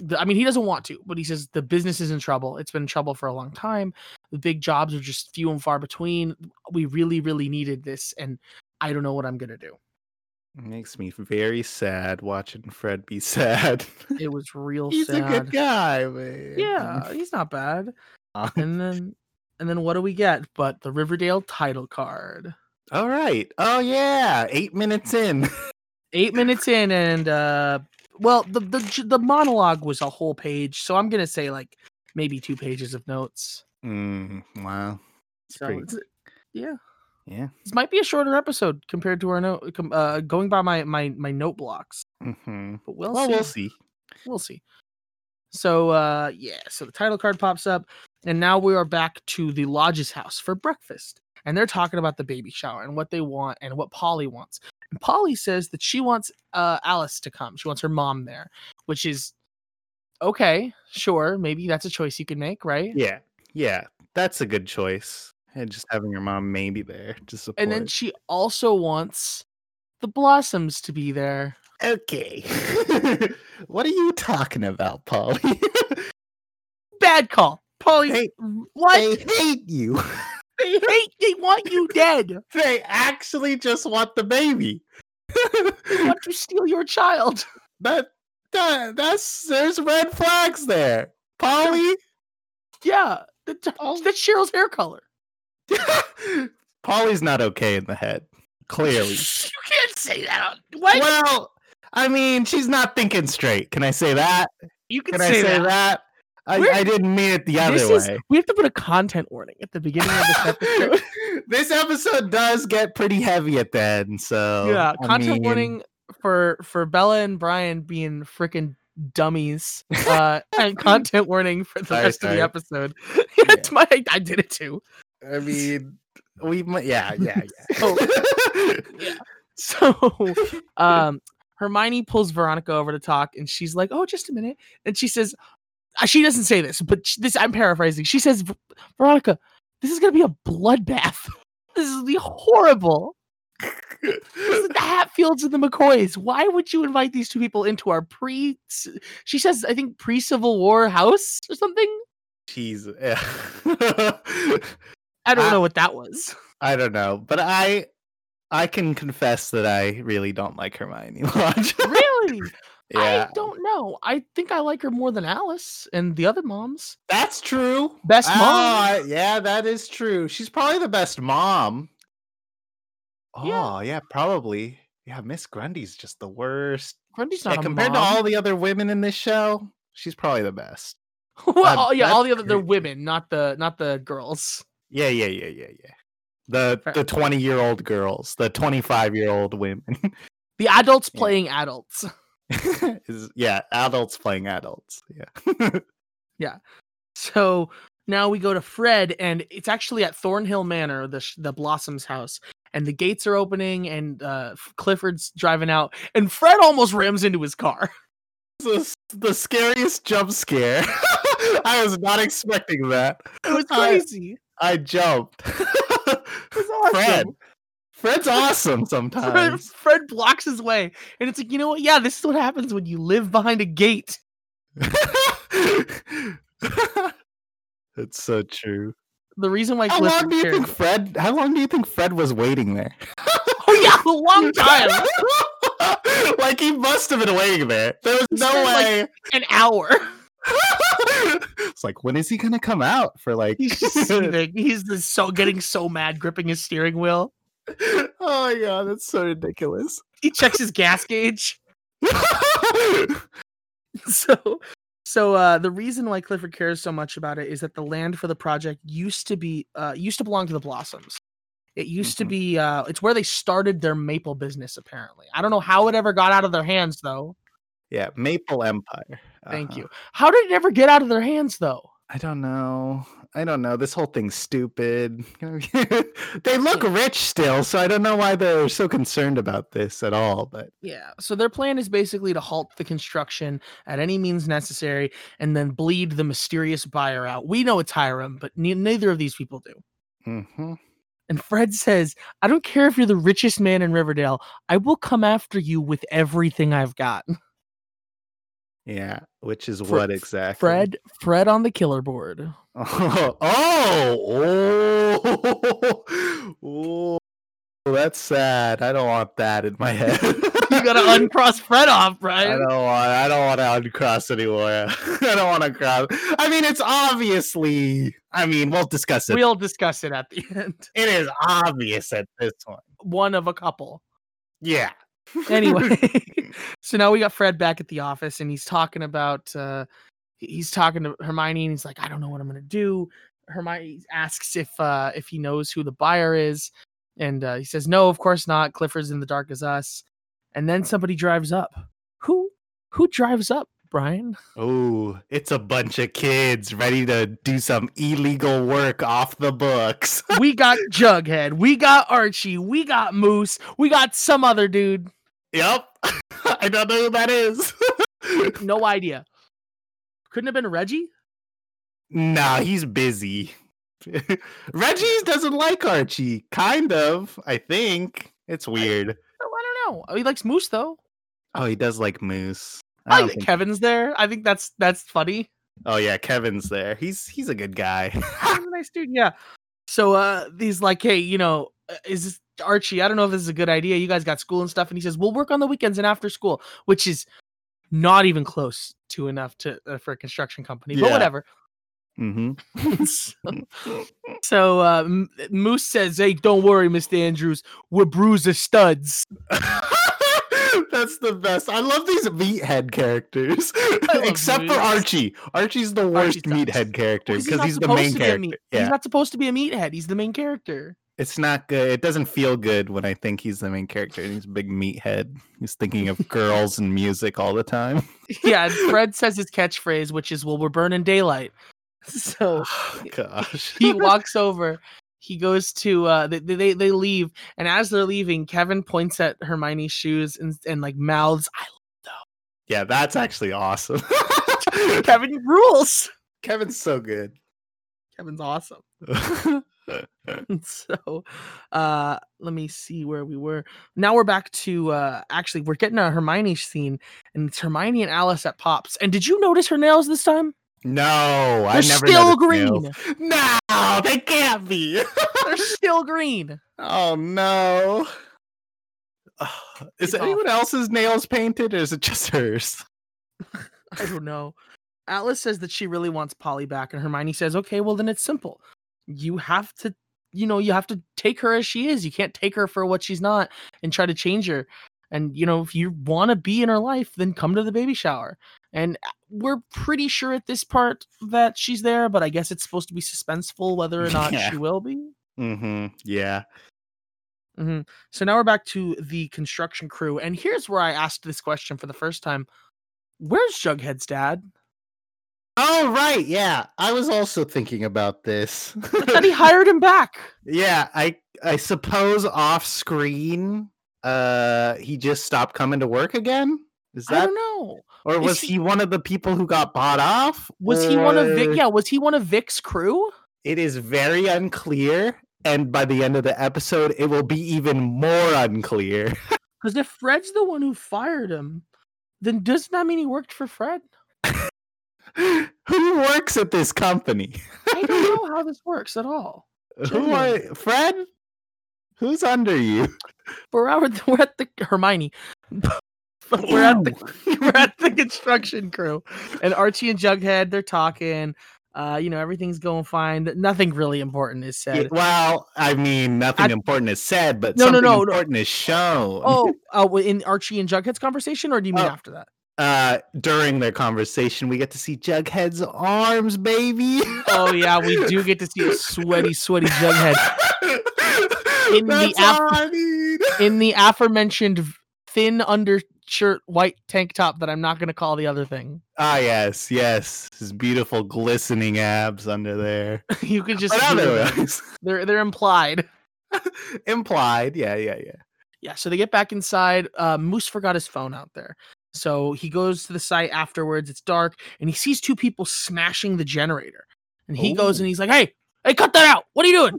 [SPEAKER 1] the, i mean he doesn't want to but he says the business is in trouble it's been in trouble for a long time the big jobs are just few and far between we really really needed this and i don't know what i'm going to do
[SPEAKER 2] Makes me very sad watching Fred be sad.
[SPEAKER 1] it was real
[SPEAKER 2] He's
[SPEAKER 1] sad
[SPEAKER 2] a good guy, man.
[SPEAKER 1] yeah he's not bad
[SPEAKER 2] Uh,
[SPEAKER 1] and then and then what do we get but the riverdale title card
[SPEAKER 2] All right. Oh, yeah. Eight minutes in.
[SPEAKER 1] eight minutes in and uh well the the, j- the monologue was a whole page so i'm going to say like maybe two pages of notes
[SPEAKER 2] Mm, wow.
[SPEAKER 1] so
[SPEAKER 2] pretty-
[SPEAKER 1] it's- yeah
[SPEAKER 2] Yeah.
[SPEAKER 1] this might be a shorter episode compared to our note com- uh, going by my my my note blocks
[SPEAKER 2] hmm
[SPEAKER 1] but we'll,
[SPEAKER 2] Well,
[SPEAKER 1] see.
[SPEAKER 2] we'll see.
[SPEAKER 1] we'll see so uh yeah so the title card pops up and now we are back to the lodge's house for breakfast and they're talking about the baby shower and what they want and what polly wants and polly says that she wants uh alice to come she wants her mom there which is okay sure maybe that's a choice you can make right
[SPEAKER 2] Yeah. Yeah. That's a good choice. And just having your mom maybe there to support.
[SPEAKER 1] and then she also wants the blossoms to be there
[SPEAKER 2] Okay. what are you talking about, Polly?
[SPEAKER 1] bad call. Polly,
[SPEAKER 2] Hey,
[SPEAKER 1] what?
[SPEAKER 2] I hate you.
[SPEAKER 1] They hate. They want you dead.
[SPEAKER 2] They actually just want the baby.
[SPEAKER 1] They want to steal your child.
[SPEAKER 2] that, that that's there's red flags there. Polly,
[SPEAKER 1] Yeah, that, that's Cheryl's hair color.
[SPEAKER 2] Polly's not okay in the head. Clearly.
[SPEAKER 1] you can't say that. On, what?
[SPEAKER 2] Well, I mean, she's not thinking straight. Can I say that?
[SPEAKER 1] you can,
[SPEAKER 2] Can I say that? I,
[SPEAKER 1] We're-
[SPEAKER 2] I didn't mean it the other
[SPEAKER 1] This is-
[SPEAKER 2] way.
[SPEAKER 1] we have to put a content warning at the beginning of this episode.
[SPEAKER 2] this episode does get pretty heavy at the end, so
[SPEAKER 1] yeah,
[SPEAKER 2] Oh, I
[SPEAKER 1] content
[SPEAKER 2] mean,
[SPEAKER 1] warning for for Bella and Brian being freaking dummies, uh, and content warning for the
[SPEAKER 2] Sorry,
[SPEAKER 1] rest of
[SPEAKER 2] sorry.
[SPEAKER 1] the episode. it's my I did it too.
[SPEAKER 2] I mean, we might, yeah, yeah, yeah.
[SPEAKER 1] Oh. Yeah. So, um, Hermione pulls Veronica over to talk, and she's like, "Oh, just a minute," and she says, uh, "She doesn't say this, but sh- this I'm paraphrasing." She says, "Ver- "Veronica, this is gonna be a bloodbath. this is gonna be horrible." This is the Hatfields and the McCoys. Why would you invite these two people into our pre? She says, I think pre Civil War house or something.
[SPEAKER 2] Jeez, yeah.
[SPEAKER 1] I don't
[SPEAKER 2] Uh,
[SPEAKER 1] know what that was.
[SPEAKER 2] I don't know, but I, I can confess that I really don't like Hermione Lodge.
[SPEAKER 1] Really,
[SPEAKER 2] yeah,
[SPEAKER 1] I don't know. I think I like her more than Alice and the other moms.
[SPEAKER 2] that's true.
[SPEAKER 1] Best mom.
[SPEAKER 2] Ah, yeah, that is true. She's probably the best mom. Oh,
[SPEAKER 1] Yeah.
[SPEAKER 2] yeah, probably. Yeah, Miss Grundy's just the worst.
[SPEAKER 1] Grundy's
[SPEAKER 2] Yeah,
[SPEAKER 1] not a
[SPEAKER 2] compared
[SPEAKER 1] mom.
[SPEAKER 2] to all the other women in this show, she's probably the best.
[SPEAKER 1] well,
[SPEAKER 2] Uh,
[SPEAKER 1] all- yeah,
[SPEAKER 2] that's
[SPEAKER 1] all the other they're
[SPEAKER 2] crazy.
[SPEAKER 1] women, not the not the girls.
[SPEAKER 2] Yeah, yeah, yeah, yeah, yeah. The
[SPEAKER 1] Fair.
[SPEAKER 2] the 20 year old girls, the 25 year old women.
[SPEAKER 1] The adults
[SPEAKER 2] Yeah.
[SPEAKER 1] playing adults.
[SPEAKER 2] is, yeah, adults playing adults. Yeah.
[SPEAKER 1] So now we go to Fred, and it's actually at Thornhill Manor, the sh- the Blossom's house, and the gates are opening, and uh, F- Clifford's driving out, and Fred almost rams into his car.
[SPEAKER 2] the, s- the scariest jump scare. I was not expecting that.
[SPEAKER 1] It was
[SPEAKER 2] I-
[SPEAKER 1] crazy.
[SPEAKER 2] I jumped.
[SPEAKER 1] It was awesome.
[SPEAKER 2] Fred. Fred's awesome
[SPEAKER 1] Fred,
[SPEAKER 2] sometimes.
[SPEAKER 1] Fred blocks his way, and it's like, you know what? Yeah, this is what happens when you live behind a gate.
[SPEAKER 2] That's so true.
[SPEAKER 1] The reason why
[SPEAKER 2] How
[SPEAKER 1] Clifford
[SPEAKER 2] long do you
[SPEAKER 1] cares-
[SPEAKER 2] think Fred? How long do you think Fred was waiting there?
[SPEAKER 1] Oh yeah, a long time,
[SPEAKER 2] like he must have been waiting there. There was
[SPEAKER 1] He
[SPEAKER 2] no
[SPEAKER 1] spent, like,
[SPEAKER 2] way.
[SPEAKER 1] an hour.
[SPEAKER 2] it's like when is he gonna come out for like?
[SPEAKER 1] He's just seething. He's just so getting so mad, gripping his steering wheel.
[SPEAKER 2] oh my god, that's so ridiculous.
[SPEAKER 1] He checks his gas gauge. so so uh the reason why clifford cares so much about it is that the land for the project used to be uh used to belong to the blossoms it used to
[SPEAKER 2] Mhm.
[SPEAKER 1] be uh it's where they started their maple business apparently i don't know how it ever got out of their hands though
[SPEAKER 2] yeah, Maple Empire.
[SPEAKER 1] thank
[SPEAKER 2] Uh-huh.
[SPEAKER 1] you how did it ever get out of their hands though
[SPEAKER 2] I don't know. I don't know. This whole thing's stupid. they look rich still, so I don't know why they're so concerned about this at all. But
[SPEAKER 1] yeah so their plan is basically to halt the construction at any means necessary and then bleed the mysterious buyer out we know it's hiram but ne- neither of these people do
[SPEAKER 2] Mhm.
[SPEAKER 1] And Fred says, I don't care if you're the richest man in Riverdale, I will come after you with everything I've got.
[SPEAKER 2] yeah, which is
[SPEAKER 1] Fre-
[SPEAKER 2] what exactly?
[SPEAKER 1] Fred, Fred on the killer board.
[SPEAKER 2] Oh, oh, oh, that's sad. I don't want that in my head.
[SPEAKER 1] You gotta uncross Fred off,
[SPEAKER 2] I
[SPEAKER 1] Brian.
[SPEAKER 2] don't want. I don't want to uncross anymore. I don't want to cross. I mean, it's obviously. I mean, we'll discuss it.
[SPEAKER 1] We'll discuss it at the end.
[SPEAKER 2] it is obvious at this one.
[SPEAKER 1] One of a couple.
[SPEAKER 2] Yeah.
[SPEAKER 1] Anyway, so now we got Fred back at the office and he's talking about uh he- he's talking to Hermione and he's like, I don't know what I'm gonna do. Hermione asks if uh if he knows who the buyer is, and uh, he says, No, of course not. Clifford's in the dark as us. And then somebody drives up. Who who drives up, Brian?
[SPEAKER 2] Oh, it's a bunch of kids ready to do some illegal work off the books.
[SPEAKER 1] we got Jughead, we got Archie, we got Moose, we got some other dude.
[SPEAKER 2] Yep. I don't know who that is.
[SPEAKER 1] No idea. Couldn't have been Reggie?
[SPEAKER 2] nah, he's busy. Reggie doesn't like Archie. Kind of, I think. It's weird.
[SPEAKER 1] Oh, I don't know. Oh, He likes Moose though.
[SPEAKER 2] Oh, he does like Moose. I
[SPEAKER 1] I
[SPEAKER 2] don't
[SPEAKER 1] like that
[SPEAKER 2] think-
[SPEAKER 1] Kevin's there. I think that's that's funny.
[SPEAKER 2] oh yeah, Kevin's there. He's he's a good guy.
[SPEAKER 1] Kevin's a nice dude. Yeah. So uh, he's like, hey, you know, uh, is this Archie? I don't know if this is a good idea. You guys got school and stuff, and he says we'll work on the weekends and after school, which is not even close to enough to uh, for a construction company, but
[SPEAKER 2] Yeah.
[SPEAKER 1] whatever.
[SPEAKER 2] Mm-hmm.
[SPEAKER 1] so so uh, M- Moose says, hey, don't worry, Mister Andrews, we're bruiser studs.
[SPEAKER 2] That's the best. I love these meathead characters,
[SPEAKER 1] love
[SPEAKER 2] except for
[SPEAKER 1] meatheads.
[SPEAKER 2] Archie. Archie's the worst
[SPEAKER 1] Archie sucks.
[SPEAKER 2] meathead character
[SPEAKER 1] Because
[SPEAKER 2] because he's, the main character.
[SPEAKER 1] He's
[SPEAKER 2] Yeah,
[SPEAKER 1] not supposed to be a meathead. He's the main character.
[SPEAKER 2] it's not good. It doesn't feel good when I think he's the main character and he's a big meathead. He's thinking of girls and music all the time.
[SPEAKER 1] yeah, and Fred says his catchphrase, which is, "Well, we're burning daylight." So
[SPEAKER 2] Oh, gosh.
[SPEAKER 1] he walks over. He goes to uh, they, they they leave, and as they're leaving, Kevin points at Hermione's shoes and and like mouths, I,
[SPEAKER 2] yeah, that's actually awesome.
[SPEAKER 1] "Kevin rules."
[SPEAKER 2] Kevin's so good.
[SPEAKER 1] Kevin's awesome. so uh let me see where we were now we're back to uh actually we're getting a hermione scene and it's hermione and alice at pops and did you notice her nails this time
[SPEAKER 2] no, I
[SPEAKER 1] they're
[SPEAKER 2] never
[SPEAKER 1] still
[SPEAKER 2] noticed
[SPEAKER 1] green
[SPEAKER 2] nails. No, they can't be.
[SPEAKER 1] they're still green
[SPEAKER 2] Oh no. Ugh, Is
[SPEAKER 1] It's awful.
[SPEAKER 2] anyone else's nails painted or is it just hers?
[SPEAKER 1] I don't know. Atlas says that she really wants Polly back, and Hermione says, "Okay, well then it's simple. You have to, you know, you have to take her as she is. You can't take her for what she's not and try to change her. And you know, if you want to be in her life, then come to the baby shower." And a- we're pretty sure at this part that she's there, but I guess it's supposed to be suspenseful whether or not
[SPEAKER 2] Yeah.
[SPEAKER 1] she will be.
[SPEAKER 2] Mm-hmm. Yeah.
[SPEAKER 1] hmm So now we're back to the construction crew, and here's where I asked this question for the first time: Where's Jughead's dad?
[SPEAKER 2] Oh right, yeah. I was also thinking about this.
[SPEAKER 1] I thought he hired him back.
[SPEAKER 2] yeah, I I suppose off screen uh he just stopped coming to work again? Is
[SPEAKER 1] I
[SPEAKER 2] that
[SPEAKER 1] don't know.
[SPEAKER 2] or
[SPEAKER 1] is
[SPEAKER 2] was
[SPEAKER 1] he-
[SPEAKER 2] he... one of the people who got bought off?
[SPEAKER 1] Was he one of Vic?
[SPEAKER 2] or-
[SPEAKER 1] Yeah, was he one of Vic's crew?
[SPEAKER 2] It is very unclear and by the end of the episode it will be even more unclear.
[SPEAKER 1] Because if Fred's the one who fired him, then doesn't that mean he worked for Fred?
[SPEAKER 2] who works at this company?
[SPEAKER 1] I don't know how this works at all.
[SPEAKER 2] Who are Fred? Who's under you?
[SPEAKER 1] We're out at the, we're at the Hermione. But we're at the we're at the construction crew, and Archie and Jughead they're talking. Uh, you know everything's going fine. th- Nothing really important is
[SPEAKER 2] Yeah,
[SPEAKER 1] said.
[SPEAKER 2] well, I mean, nothing
[SPEAKER 1] I-
[SPEAKER 2] important is said, but
[SPEAKER 1] No, no,
[SPEAKER 2] something
[SPEAKER 1] no, no.
[SPEAKER 2] important is shown
[SPEAKER 1] Oh, uh, w- in Archie and Jughead's conversation, or do you mean
[SPEAKER 2] Oh.
[SPEAKER 1] after that?
[SPEAKER 2] uh, during their conversation. We get to see Jughead's arms, baby.
[SPEAKER 1] Oh yeah, we do get to see a sweaty, sweaty Jughead. In the
[SPEAKER 2] That's
[SPEAKER 1] app-
[SPEAKER 2] all I need.
[SPEAKER 1] in the aforementioned v- thin undershirt white tank top that I'm not going to call the other thing.
[SPEAKER 2] Ah, yes, yes, his beautiful glistening abs under there.
[SPEAKER 1] you can just
[SPEAKER 2] But
[SPEAKER 1] hear them.
[SPEAKER 2] otherwise,
[SPEAKER 1] they're they're implied.
[SPEAKER 2] implied. Yeah, yeah, yeah.
[SPEAKER 1] Yeah, so they get back inside. Uh, Moose forgot his phone out there. So he goes to the site afterwards. It's dark and he sees two people smashing the generator. And he goes
[SPEAKER 2] Ooh.
[SPEAKER 1] and he's like, "Hey, hey, cut that out. What are you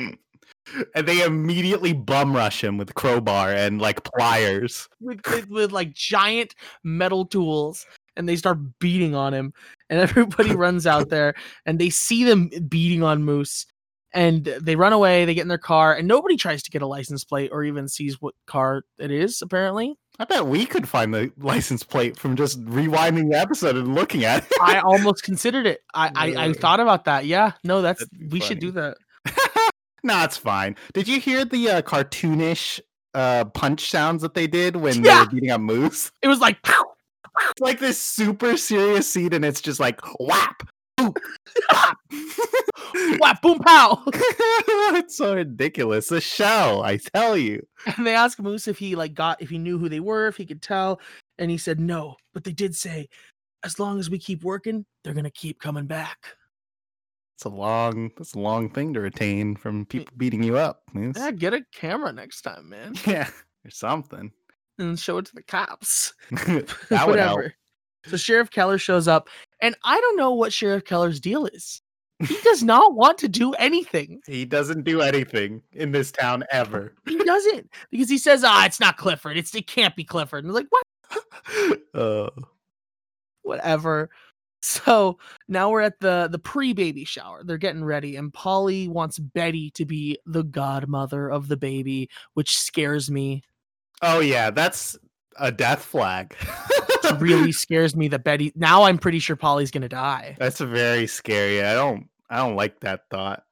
[SPEAKER 1] doing?"
[SPEAKER 2] and they immediately bum rush him with crowbar and like pliers.
[SPEAKER 1] With, with, with like giant metal tools and they start beating on him and everybody runs out there and they see them beating on moose and they run away they get in their car and nobody tries to get a license plate or even sees what car it is apparently
[SPEAKER 2] I bet we could find the license plate from just rewinding the episode and looking at it.
[SPEAKER 1] i almost considered it i i, I
[SPEAKER 2] Really?
[SPEAKER 1] thought about that yeah no that's
[SPEAKER 2] That'd be
[SPEAKER 1] we should
[SPEAKER 2] funny.
[SPEAKER 1] do that
[SPEAKER 2] no, it's fine. Did you hear the uh, cartoonish uh, punch sounds that they did when they
[SPEAKER 1] Yeah.
[SPEAKER 2] were beating up Moose?
[SPEAKER 1] it was like
[SPEAKER 2] It's like this super serious scene, and it's just like whap. boop, whap.
[SPEAKER 1] whap boom pow
[SPEAKER 2] it's so ridiculous. The show, I tell you.
[SPEAKER 1] and they asked Moose if he like got if he knew who they were, if he could tell, and he said no. But they did say, as long as we keep working, they're gonna keep coming back.
[SPEAKER 2] It's a long, that's a long thing to retain from people beating you up. Moose.
[SPEAKER 1] Yeah, get a camera next time, man,
[SPEAKER 2] Yeah, or something.
[SPEAKER 1] and show it to the cops.
[SPEAKER 2] That would help.
[SPEAKER 1] So Sheriff Keller shows up, and I don't know what Sheriff Keller's deal is. He does not want to do anything.
[SPEAKER 2] he doesn't do anything in this town ever.
[SPEAKER 1] He doesn't because he says, "Ah, it's not Clifford. Uh. It's it can't be Clifford." And they're like, "What?
[SPEAKER 2] Uh,
[SPEAKER 1] Whatever." So now we're at the the pre-baby shower. They're getting ready, and Polly wants Betty to be the godmother of the baby, which scares me.
[SPEAKER 2] Oh yeah, that's a death flag.
[SPEAKER 1] It really scares me that Betty. Now I'm pretty sure Polly's gonna die.
[SPEAKER 2] that's very scary. I don't I don't like that thought.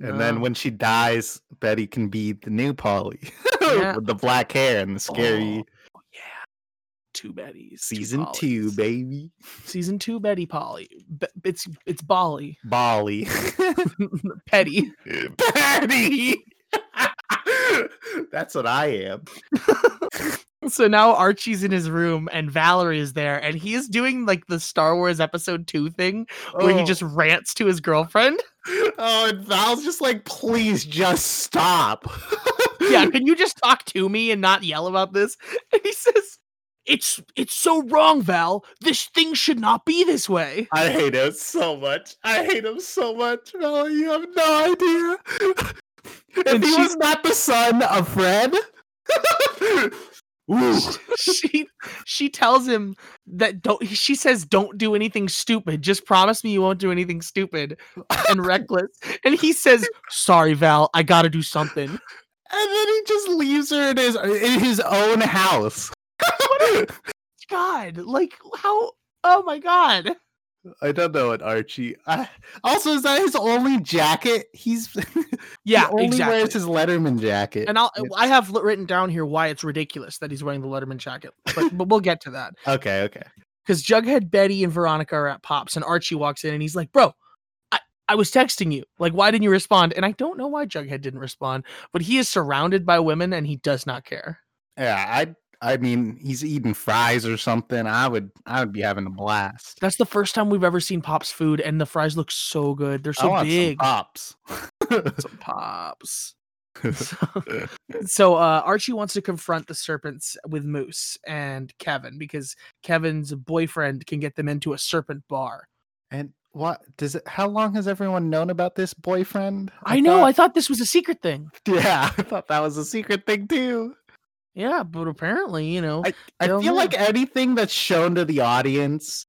[SPEAKER 2] And then
[SPEAKER 1] No.
[SPEAKER 2] when she dies, Betty can be the new Polly
[SPEAKER 1] Yeah.
[SPEAKER 2] with the black hair and the scary
[SPEAKER 1] Oh, yeah, two Bettys. two
[SPEAKER 2] season two,
[SPEAKER 1] Pollys.
[SPEAKER 2] baby.
[SPEAKER 1] Season two, Betty Polly. Be- it's it's Bolly,
[SPEAKER 2] Bolly.
[SPEAKER 1] Petty.
[SPEAKER 2] Betty. That's what I am.
[SPEAKER 1] So now Archie's in his room and Valerie is there, and he is doing like the Star Wars Episode Two thing where he just rants to his girlfriend.
[SPEAKER 2] Oh, and Val's just like, please just stop.
[SPEAKER 1] yeah, can you just talk to me and not yell about this? And he says, "It's it's so wrong, Val. This thing should not be this way."
[SPEAKER 2] I hate him so much. I hate him so much, Val. You have no idea. if
[SPEAKER 1] And
[SPEAKER 2] he
[SPEAKER 1] she-
[SPEAKER 2] was not the son of Fred. Ooh.
[SPEAKER 1] she she tells him that don't she says don't do anything stupid. Just promise me you won't do anything stupid and reckless. And he says, "Sorry, Val, I got to do something."
[SPEAKER 2] And then he just leaves her in his in his own house.
[SPEAKER 1] God, like how Oh my god.
[SPEAKER 2] I don't know what Archie. I, also, is that his only jacket? He's
[SPEAKER 1] Yeah,
[SPEAKER 2] he only
[SPEAKER 1] exactly.
[SPEAKER 2] wears his Letterman jacket.
[SPEAKER 1] and I'll,
[SPEAKER 2] Yeah.
[SPEAKER 1] I have li- written down here why it's ridiculous that he's wearing the Letterman jacket, but, but we'll get to that.
[SPEAKER 2] okay, okay.
[SPEAKER 1] because Jughead, Betty, and Veronica are at Pops, and Archie walks in and he's like, "Bro, I, I was texting you. Like, why didn't you respond?" And I don't know why Jughead didn't respond, but he is surrounded by women and he does not care.
[SPEAKER 2] Yeah, I I mean, he's eating fries or something. I would I would be having a blast.
[SPEAKER 1] That's the first time we've ever seen Pops food, and the fries look so good. They're
[SPEAKER 2] I
[SPEAKER 1] so
[SPEAKER 2] want some
[SPEAKER 1] big.
[SPEAKER 2] pops.
[SPEAKER 1] Some Pops. So- so uh, Archie wants to confront the serpents with Moose and Kevin because Kevin's boyfriend can get them into a serpent bar.
[SPEAKER 2] and what does it? How long has everyone known about this boyfriend?
[SPEAKER 1] I, know. I
[SPEAKER 2] thought-
[SPEAKER 1] thought this was a secret thing.
[SPEAKER 2] yeah, I thought that was a secret thing too.
[SPEAKER 1] Yeah, but apparently, you know,
[SPEAKER 2] I
[SPEAKER 1] Don't
[SPEAKER 2] feel
[SPEAKER 1] know.
[SPEAKER 2] like anything that's shown to the audience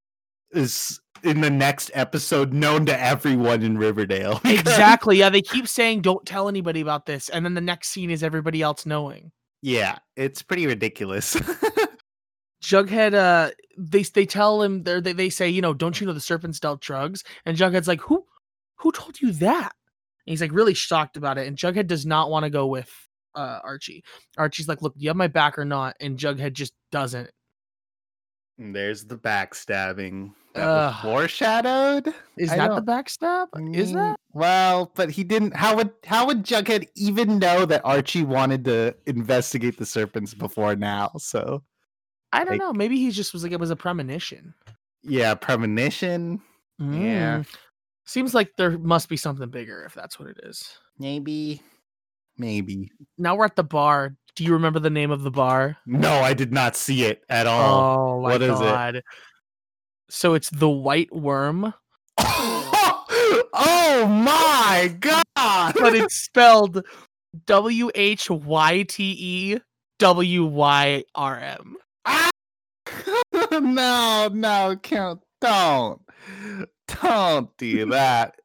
[SPEAKER 2] is in the next episode known to everyone in Riverdale. because-
[SPEAKER 1] Exactly. Yeah, they keep saying don't tell anybody about this, and then the next scene is everybody else knowing.
[SPEAKER 2] yeah, it's pretty ridiculous.
[SPEAKER 1] Jughead, uh, they they tell him they're- they they say you know don't you know the serpents dealt drugs, and Jughead's like who who told you that? And he's like really shocked about it, and Jughead does not want to go with uh Archie. Archie's like, look, do you have my back or not? And Jughead just doesn't.
[SPEAKER 2] And There's the backstabbing that
[SPEAKER 1] Ugh.
[SPEAKER 2] was foreshadowed.
[SPEAKER 1] Is
[SPEAKER 2] I
[SPEAKER 1] that the backstab? Is
[SPEAKER 2] Mm,
[SPEAKER 1] that?
[SPEAKER 2] well? But he didn't. How would how would Jughead even know that Archie wanted to investigate the serpents before now? So
[SPEAKER 1] I don't
[SPEAKER 2] like-
[SPEAKER 1] know. Maybe he just was like it was a premonition.
[SPEAKER 2] yeah, premonition. Yeah.
[SPEAKER 1] Mm. Seems like there must be something bigger if that's what it is.
[SPEAKER 2] Maybe, maybe.
[SPEAKER 1] now we're at the bar. Do you remember the name of the bar?
[SPEAKER 2] No, I did not see it at all.
[SPEAKER 1] Oh, my
[SPEAKER 2] what is it?
[SPEAKER 1] god. So it's the White Worm,
[SPEAKER 2] oh my god!
[SPEAKER 1] but it's spelled W H Y T E W Y R M.
[SPEAKER 2] no, no, count, don't, don't do that.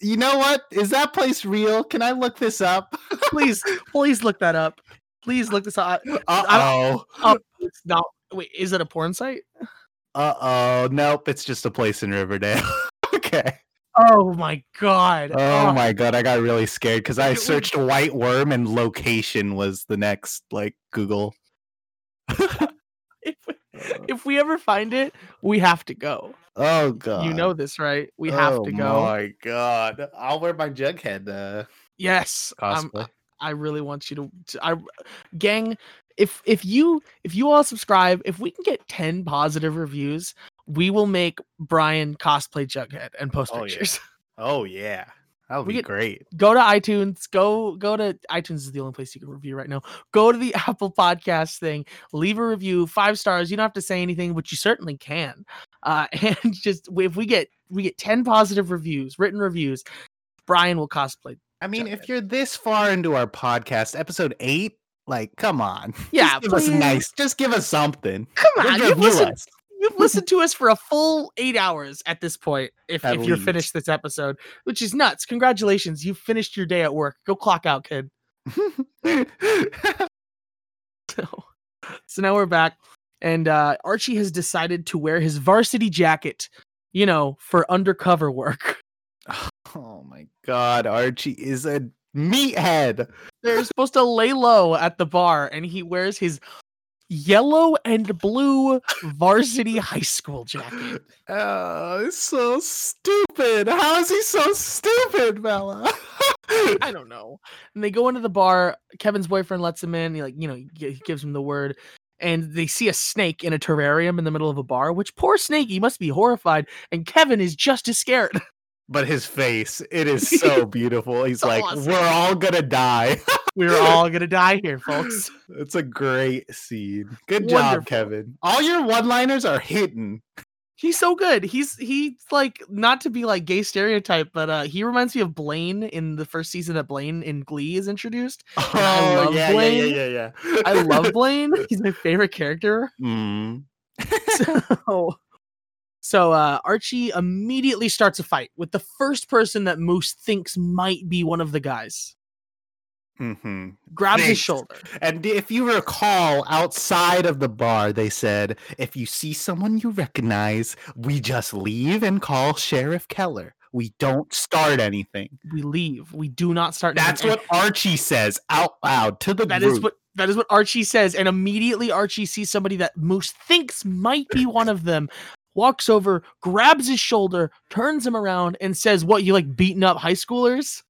[SPEAKER 2] You know what? Is that place real? Can I look this up?
[SPEAKER 1] Please, please look that up. Please look this up.
[SPEAKER 2] Uh oh.
[SPEAKER 1] It's not. Wait, is it a porn site?
[SPEAKER 2] Uh oh. Nope. It's just a place in Riverdale. okay.
[SPEAKER 1] Oh my god. Ah,
[SPEAKER 2] Oh
[SPEAKER 1] Ugh.
[SPEAKER 2] my god, I got really scared because I
[SPEAKER 1] It was-
[SPEAKER 2] searched white worm and location was the next like Google.
[SPEAKER 1] If we, if we ever find it, we have to go.
[SPEAKER 2] Oh god.
[SPEAKER 1] You know this, right? We have
[SPEAKER 2] Oh
[SPEAKER 1] to go.
[SPEAKER 2] my god. I'll wear my jughead uh
[SPEAKER 1] Yes. um, I'm-
[SPEAKER 2] cosplay.
[SPEAKER 1] I really want you to, to I gang if if you if you all subscribe, if we can get 10 positive reviews, we will make Brian cosplay Jughead and post
[SPEAKER 2] Oh, yeah.
[SPEAKER 1] pictures.
[SPEAKER 2] Oh yeah, that would
[SPEAKER 1] We
[SPEAKER 2] be
[SPEAKER 1] get-
[SPEAKER 2] great.
[SPEAKER 1] go to iTunes, go go to iTunes is the only place you can review right now. Go to the Apple Podcast thing, leave a review, five stars. You don't have to say anything, but you certainly can. Uh and just if we get we get 10 positive reviews, written reviews, Brian will cosplay.
[SPEAKER 2] I mean,
[SPEAKER 1] Jughead.
[SPEAKER 2] if you're this far into our podcast, episode eight, like, come on,
[SPEAKER 1] Yeah,
[SPEAKER 2] just give us
[SPEAKER 1] please.
[SPEAKER 2] nice, just give us something.
[SPEAKER 1] Come
[SPEAKER 2] Just
[SPEAKER 1] on, you've
[SPEAKER 2] review
[SPEAKER 1] listened
[SPEAKER 2] us.
[SPEAKER 1] You've listened to us for a full eight hours at this point, if,
[SPEAKER 2] At
[SPEAKER 1] if you're
[SPEAKER 2] least.
[SPEAKER 1] finished this episode, which is nuts. Congratulations. You've finished your day at work. Go clock out, kid. So, so now we're back, and uh, Archie has decided to wear his varsity jacket, you know, for undercover work.
[SPEAKER 2] oh my god, Archie is a meathead.
[SPEAKER 1] They're supposed to lay low at the bar, and he wears his yellow and blue varsity high school jacket.
[SPEAKER 2] Oh, it's so stupid. How is he so stupid, Bella?
[SPEAKER 1] I don't know. And they go into the bar. Kevin's boyfriend lets him in. He like you know he gi- he gives him the word, and they see a snake in a terrarium in the middle of a bar. Which poor snake, he must be horrified. And Kevin is just as scared.
[SPEAKER 2] but his face, it is so beautiful. He's like,
[SPEAKER 1] awesome.
[SPEAKER 2] we're all gonna die.
[SPEAKER 1] We're all gonna die here, folks.
[SPEAKER 2] It's a great scene. Good
[SPEAKER 1] Wonderful.
[SPEAKER 2] job, Kevin. All your one-liners are hidden.
[SPEAKER 1] He's so good. He's he's like not to be like gay stereotype, but uh he reminds me of Blaine in the first season that Blaine in Glee is introduced.
[SPEAKER 2] Oh
[SPEAKER 1] I love
[SPEAKER 2] yeah, yeah,
[SPEAKER 1] Blaine.
[SPEAKER 2] yeah, yeah, yeah.
[SPEAKER 1] I love Blaine. He's my favorite character.
[SPEAKER 2] Mm.
[SPEAKER 1] So, so uh Archie immediately starts a fight with the first person that Moose thinks might be one of the guys.
[SPEAKER 2] hmm
[SPEAKER 1] Grabs his
[SPEAKER 2] Thinks.
[SPEAKER 1] shoulder.
[SPEAKER 2] And if you recall, outside of the bar, they said, if you see someone you recognize, we just leave and call Sheriff Keller. We don't start anything.
[SPEAKER 1] We leave. We do not start.
[SPEAKER 2] That's
[SPEAKER 1] and
[SPEAKER 2] what Archie says out loud to the
[SPEAKER 1] that
[SPEAKER 2] group.
[SPEAKER 1] is what that is what Archie says, and immediately Archie sees somebody that Moose thinks might be one of them, walks over, grabs his shoulder, turns him around, and says, "What you like beating up high schoolers?"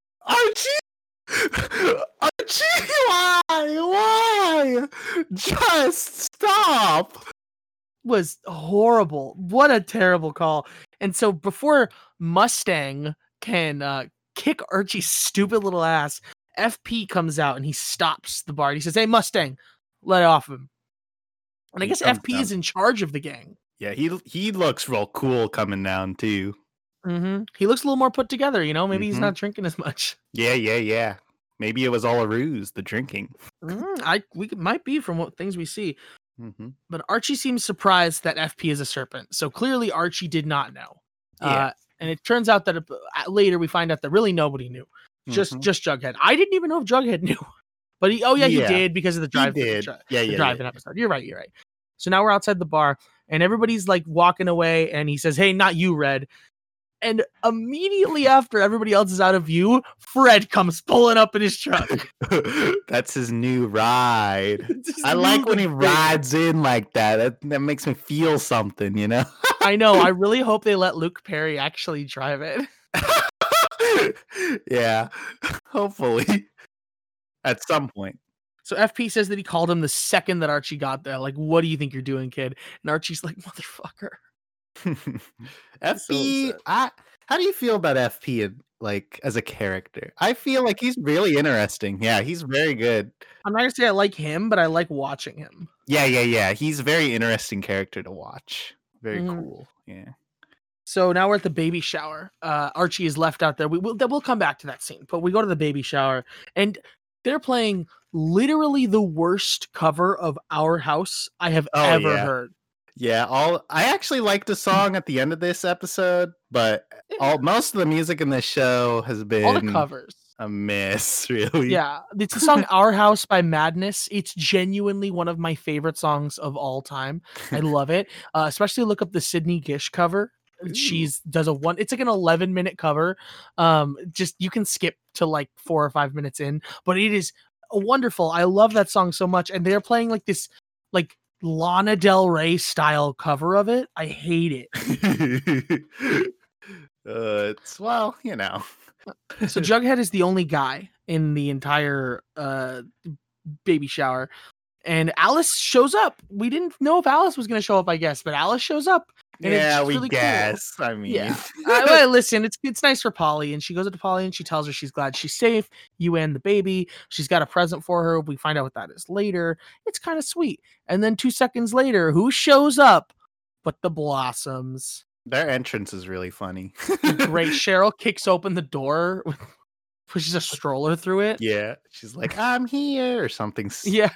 [SPEAKER 2] Archie! Archie, why? Why? Just stop!
[SPEAKER 1] Was horrible. What a terrible call. And so before Mustang can uh, kick Archie's stupid little ass, FP comes out and he stops the bar. And he says, "Hey Mustang, let off him." And I
[SPEAKER 2] He
[SPEAKER 1] guess
[SPEAKER 2] comes
[SPEAKER 1] FP
[SPEAKER 2] down.
[SPEAKER 1] is in charge of the gang.
[SPEAKER 2] Yeah, he he looks real cool coming down too.
[SPEAKER 1] hmm He looks a little more put together, you know. Maybe he's
[SPEAKER 2] Mhm.
[SPEAKER 1] not drinking as much.
[SPEAKER 2] Yeah, yeah, yeah. Maybe it was all a ruse, the drinking.
[SPEAKER 1] Mm, I we could- might be from what things we see,
[SPEAKER 2] Mm-hmm.
[SPEAKER 1] but Archie seems surprised that FP is a serpent. So clearly Archie did not know.
[SPEAKER 2] Yeah.
[SPEAKER 1] Uh, and it turns out that uh, later we find out that really nobody knew. Just
[SPEAKER 2] Mm-hmm.
[SPEAKER 1] just Jughead. I didn't even know if Jughead knew, but he oh yeah,
[SPEAKER 2] Yeah.
[SPEAKER 1] he did because of the drive.
[SPEAKER 2] he did. yeah, yeah,
[SPEAKER 1] the
[SPEAKER 2] yeah.
[SPEAKER 1] driving episode. You're right. You're right. So now we're outside the bar, and everybody's like walking away, and he says, "Hey, not you, Red." And immediately after everybody else is out of view, Fred comes pulling up in his truck.
[SPEAKER 2] That's his new ride.
[SPEAKER 1] It's just
[SPEAKER 2] I like
[SPEAKER 1] new
[SPEAKER 2] when he
[SPEAKER 1] thing.
[SPEAKER 2] rides in like that. That, that makes me feel something, you know?
[SPEAKER 1] I know. I really hope they let Luke Perry actually drive it.
[SPEAKER 2] yeah. Hopefully. At some point.
[SPEAKER 1] So FP says that he called him the second that Archie got there. Like, what do you think you're doing, kid? And Archie's like, motherfucker.
[SPEAKER 2] FP,
[SPEAKER 1] upset.
[SPEAKER 2] I, how do you feel about FP in, like as a character? I feel like he's really interesting. Yeah, he's very good.
[SPEAKER 1] I'm not gonna say I like him, but I like watching him.
[SPEAKER 2] Yeah, yeah, yeah. He's a very interesting character to watch. Very
[SPEAKER 1] Mhm.
[SPEAKER 2] cool. Yeah.
[SPEAKER 1] So now we're at the baby shower. Uh, Archie is left out there. We will that we'll come back to that scene, but we go to the baby shower and they're playing literally the worst cover of Our House I have
[SPEAKER 2] Oh,
[SPEAKER 1] ever
[SPEAKER 2] yeah.
[SPEAKER 1] heard.
[SPEAKER 2] Yeah, all I actually liked the song at the end of this episode, but all most of the music in this show has been
[SPEAKER 1] All the covers.
[SPEAKER 2] a miss, really.
[SPEAKER 1] Yeah, it's the song Our House by Madness. It's genuinely one of my favorite songs of all time. I love it. Uh, especially look up the Sydney Gish cover.
[SPEAKER 2] Ooh.
[SPEAKER 1] She's does a one it's like an 11 minute cover. Um just you can skip to like 4 or 5 minutes in, but it is wonderful. I love that song so much and they're playing like this like Lana Del Rey style cover of it. I hate it.
[SPEAKER 2] uh, it's well, you know.
[SPEAKER 1] So Jughead is the only guy in the entire uh baby shower. And Alice shows up. We didn't know if Alice was going to show up, I guess, but Alice shows up. and it's
[SPEAKER 2] yeah,
[SPEAKER 1] just
[SPEAKER 2] we
[SPEAKER 1] really cool.
[SPEAKER 2] guess. I mean,
[SPEAKER 1] Yeah. I, well, listen, it's it's nice for Polly, and she goes up to Polly and she tells her she's glad she's safe. You and the baby. She's got a present for her. We find out what that is later. It's kind of sweet. And then two seconds later, who shows up? But the blossoms.
[SPEAKER 2] their entrance is really funny.
[SPEAKER 1] Great. Cheryl kicks open the door, pushes a stroller through it.
[SPEAKER 2] Yeah, she's like, "I'm here" or something. s-
[SPEAKER 1] Yeah,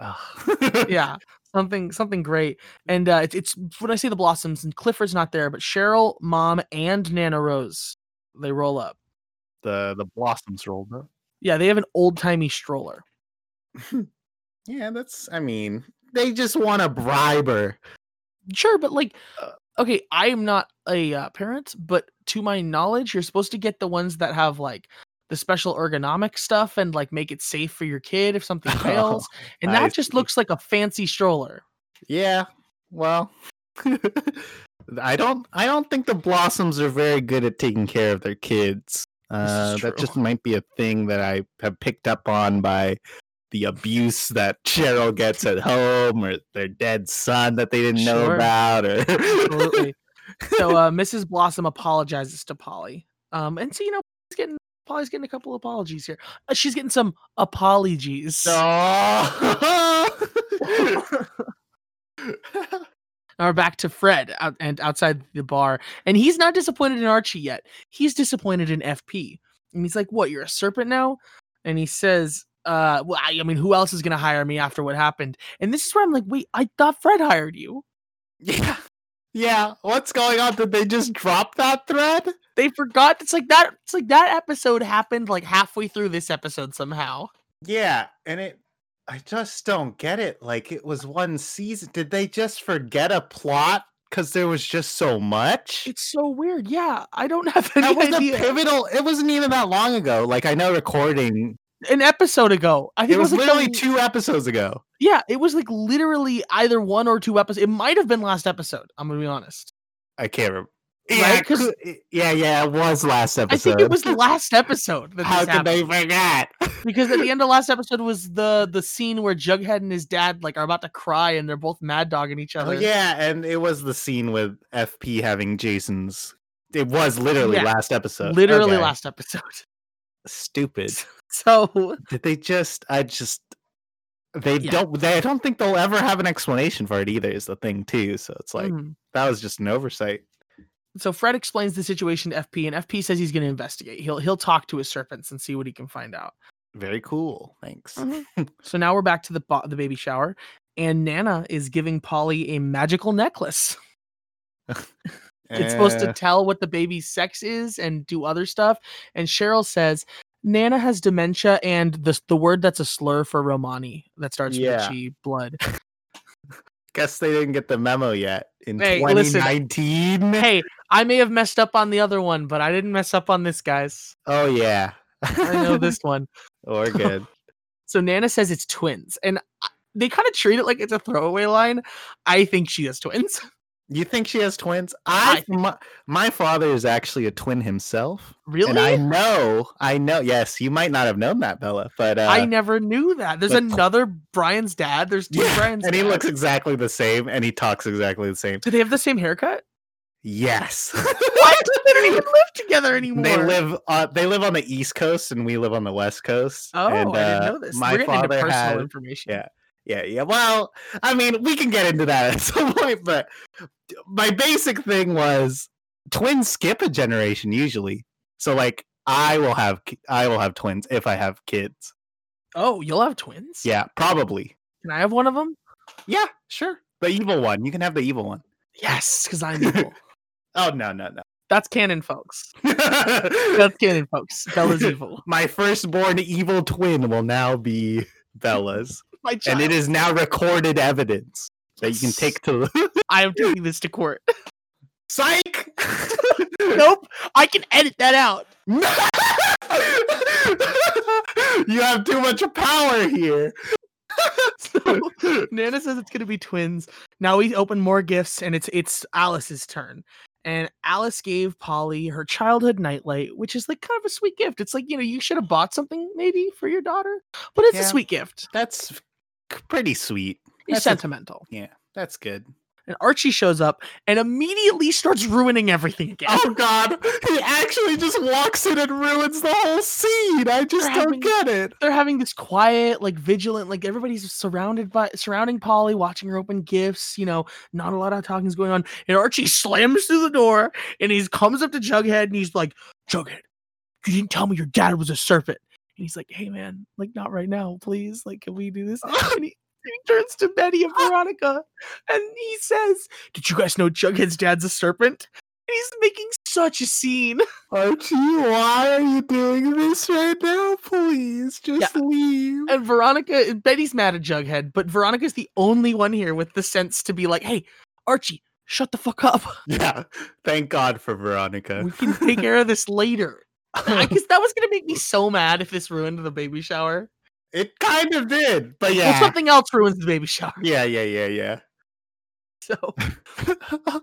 [SPEAKER 2] Ugh.
[SPEAKER 1] yeah. something something great. And uh, it's, it's when I say the blossoms and Clifford's not there, but Cheryl, Mom, and Nana Rose they roll up.
[SPEAKER 2] The the blossoms rolled up.
[SPEAKER 1] Yeah, they have an old timey stroller.
[SPEAKER 2] Yeah, that's. I mean, they just want to bribe her.
[SPEAKER 1] Sure, but like, uh, okay, I am not a uh, parent, but to my knowledge, you're supposed to get the ones that have like the special ergonomic stuff and like make it safe for your kid if something
[SPEAKER 2] Oh,
[SPEAKER 1] fails. and
[SPEAKER 2] I
[SPEAKER 1] that just
[SPEAKER 2] see.
[SPEAKER 1] looks like a fancy stroller.
[SPEAKER 2] Yeah. Well, I don't. I don't think the blossoms are very good at taking care of their kids. Uh,
[SPEAKER 1] is
[SPEAKER 2] that
[SPEAKER 1] true.
[SPEAKER 2] just might be a thing that I have picked up on by the abuse that Cheryl gets at home, or their dead son that they didn't know
[SPEAKER 1] Sure.
[SPEAKER 2] about, or
[SPEAKER 1] Absolutely. so uh, Mrs. Blossom apologizes to Polly. Um, and so you know, Polly's getting Polly's getting a couple apologies here. Uh, she's getting some apologies.
[SPEAKER 2] no.
[SPEAKER 1] Now we're back to Fred out, and outside the bar, and he's not disappointed in Archie yet. He's disappointed in FP, and he's like, "What? You're a serpent now?" And he says, "Uh, well, I, I mean, who else is gonna hire me after what happened?" And this is where I'm like, "Wait, I thought Fred hired you.
[SPEAKER 2] Yeah. Yeah. What's going on? Did they just drop that thread?
[SPEAKER 1] They forgot. It's like that. It's like that episode happened like halfway through this episode somehow."
[SPEAKER 2] Yeah. And it, I just don't get it. Like, it was one season. Did they just forget a plot because there was just so much?
[SPEAKER 1] It's so weird. Yeah, I don't have any
[SPEAKER 2] that was a
[SPEAKER 1] idea.
[SPEAKER 2] pivotal. It wasn't even that long ago. Like I know, recording.
[SPEAKER 1] An episode ago, I think
[SPEAKER 2] It was
[SPEAKER 1] like,
[SPEAKER 2] literally
[SPEAKER 1] the-
[SPEAKER 2] two episodes ago.
[SPEAKER 1] Yeah, it was like literally either one or two episodes. It might have been last episode. I'm gonna be honest.
[SPEAKER 2] I can't remember.
[SPEAKER 1] Right?
[SPEAKER 2] Yeah, it
[SPEAKER 1] 'Cause-
[SPEAKER 2] cou- it- yeah, yeah. It was last
[SPEAKER 1] I
[SPEAKER 2] episode.
[SPEAKER 1] think it was last episode that
[SPEAKER 2] How
[SPEAKER 1] this
[SPEAKER 2] could they
[SPEAKER 1] happened
[SPEAKER 2] forget?
[SPEAKER 1] because at the end of last episode was the the scene where Jughead and his dad like are about to cry and they're both mad dogging each
[SPEAKER 2] Oh
[SPEAKER 1] other.
[SPEAKER 2] yeah, and it was the scene with FP having Jason's. It was literally
[SPEAKER 1] Yeah,
[SPEAKER 2] last episode.
[SPEAKER 1] literally
[SPEAKER 2] Okay.
[SPEAKER 1] last episode.
[SPEAKER 2] Stupid.
[SPEAKER 1] So
[SPEAKER 2] Did they just? I just. They
[SPEAKER 1] Yeah.
[SPEAKER 2] don't. They. I don't think they'll ever have an explanation for it either. Is the thing too. So it's like
[SPEAKER 1] mhm.
[SPEAKER 2] that was just an oversight.
[SPEAKER 1] so Fred explains the situation to FP and FP says he's going to investigate. He'll he'll talk to his serpents and see what he can find out.
[SPEAKER 2] Very cool. Thanks.
[SPEAKER 1] Mm. So now we're back to the bo- the baby shower, and Nana is giving Polly a magical necklace. It's supposed to
[SPEAKER 2] Uh,
[SPEAKER 1] tell what the baby's sex is and do other stuff. And Cheryl says Nana has dementia and the the word that's a slur for Romani that starts
[SPEAKER 2] Yeah.
[SPEAKER 1] with G blood.
[SPEAKER 2] guess they didn't get the memo yet in
[SPEAKER 1] Hey, listen.
[SPEAKER 2] 2019.
[SPEAKER 1] hey, I may have messed up on the other one, but I didn't mess up on this, guys.
[SPEAKER 2] Oh yeah.
[SPEAKER 1] I know this one.
[SPEAKER 2] Or good.
[SPEAKER 1] So Nana says it's twins, and I- they kind of treat it like it's a throwaway line. I think she has twins.
[SPEAKER 2] You think she has twins?
[SPEAKER 1] I
[SPEAKER 2] I, my, my father is actually a twin himself.
[SPEAKER 1] really?
[SPEAKER 2] And I know, I know. Yes, you might not have known that, Bella, but uh,
[SPEAKER 1] I never knew that. There's
[SPEAKER 2] but-
[SPEAKER 1] another Brian's dad. There's two
[SPEAKER 2] Yeah,
[SPEAKER 1] Brian's.
[SPEAKER 2] and he
[SPEAKER 1] dads.
[SPEAKER 2] looks exactly the same, and he talks exactly the same.
[SPEAKER 1] Do they have the same haircut?
[SPEAKER 2] Yes,
[SPEAKER 1] What? they don't even live together anymore.
[SPEAKER 2] they live. Uh, they live on the East Coast, and we live on the West Coast.
[SPEAKER 1] Oh,
[SPEAKER 2] and,
[SPEAKER 1] I
[SPEAKER 2] uh,
[SPEAKER 1] didn't know this.
[SPEAKER 2] My
[SPEAKER 1] We're getting into
[SPEAKER 2] father
[SPEAKER 1] personal
[SPEAKER 2] had-
[SPEAKER 1] information.
[SPEAKER 2] yeah. yeah, yeah. Well, I mean, we can get into that at some point, but my basic thing was twins skip a generation usually. So, like, I will have ki- I will have twins if I have kids.
[SPEAKER 1] Oh, you'll have twins?
[SPEAKER 2] Yeah, probably.
[SPEAKER 1] Can I have one of them?
[SPEAKER 2] Yeah, sure. The evil one. You can have the evil one.
[SPEAKER 1] Yes, because I'm evil.
[SPEAKER 2] Oh no, no, no.
[SPEAKER 1] That's canon, folks. That's canon, folks. Bella's evil.
[SPEAKER 2] My firstborn evil twin will now be Bella's.
[SPEAKER 1] My
[SPEAKER 2] and
[SPEAKER 1] child.
[SPEAKER 2] it is now recorded evidence that you can take to the
[SPEAKER 1] I am taking this to court.
[SPEAKER 2] Psych!
[SPEAKER 1] nope. I can edit that out.
[SPEAKER 2] No! you have too much power here.
[SPEAKER 1] So, Nana says it's gonna be twins. Now we open more gifts, and it's it's Alice's turn. And Alice gave Polly her childhood nightlight, which is like kind of a sweet gift. It's like you know you should have bought something maybe for your daughter, but it's
[SPEAKER 2] Yeah.
[SPEAKER 1] a sweet gift.
[SPEAKER 2] That's c- pretty sweet.
[SPEAKER 1] It's
[SPEAKER 2] That's a-
[SPEAKER 1] sentimental.
[SPEAKER 2] Yeah, that's good.
[SPEAKER 1] and Archie shows up and immediately starts ruining everything again.
[SPEAKER 2] Oh god, he actually just walks in and ruins the whole scene. I just
[SPEAKER 1] Grabbing-
[SPEAKER 2] don't get it.
[SPEAKER 1] They're having this quiet, like vigilant, like everybody's surrounded by surrounding Polly, watching her open gifts. You know, not a lot of talking is going on. And Archie slams through the door and he comes up to Jughead and he's like, "Jughead, you didn't tell me your dad was a serpent." And he's like, "Hey man, like not right now, please. Like, can we do this?" And he, turns to Betty and Veronica and he says, Did you guys know Jughead's dad's a serpent? And he's making such a scene.
[SPEAKER 2] Archie, why are you doing this right now? Please just leave.
[SPEAKER 1] And Veronica, Betty's mad at Jughead, but Veronica's the only one here with the sense to be like, Hey, Archie, shut the fuck up.
[SPEAKER 2] Yeah. Thank God for Veronica.
[SPEAKER 1] We can take care of this later. Because that was going to make me so mad if this ruined the baby shower.
[SPEAKER 2] It kind of did, but
[SPEAKER 1] Well,
[SPEAKER 2] yeah.
[SPEAKER 1] something else ruins the baby shower.
[SPEAKER 2] Yeah, yeah, yeah, yeah.
[SPEAKER 1] So.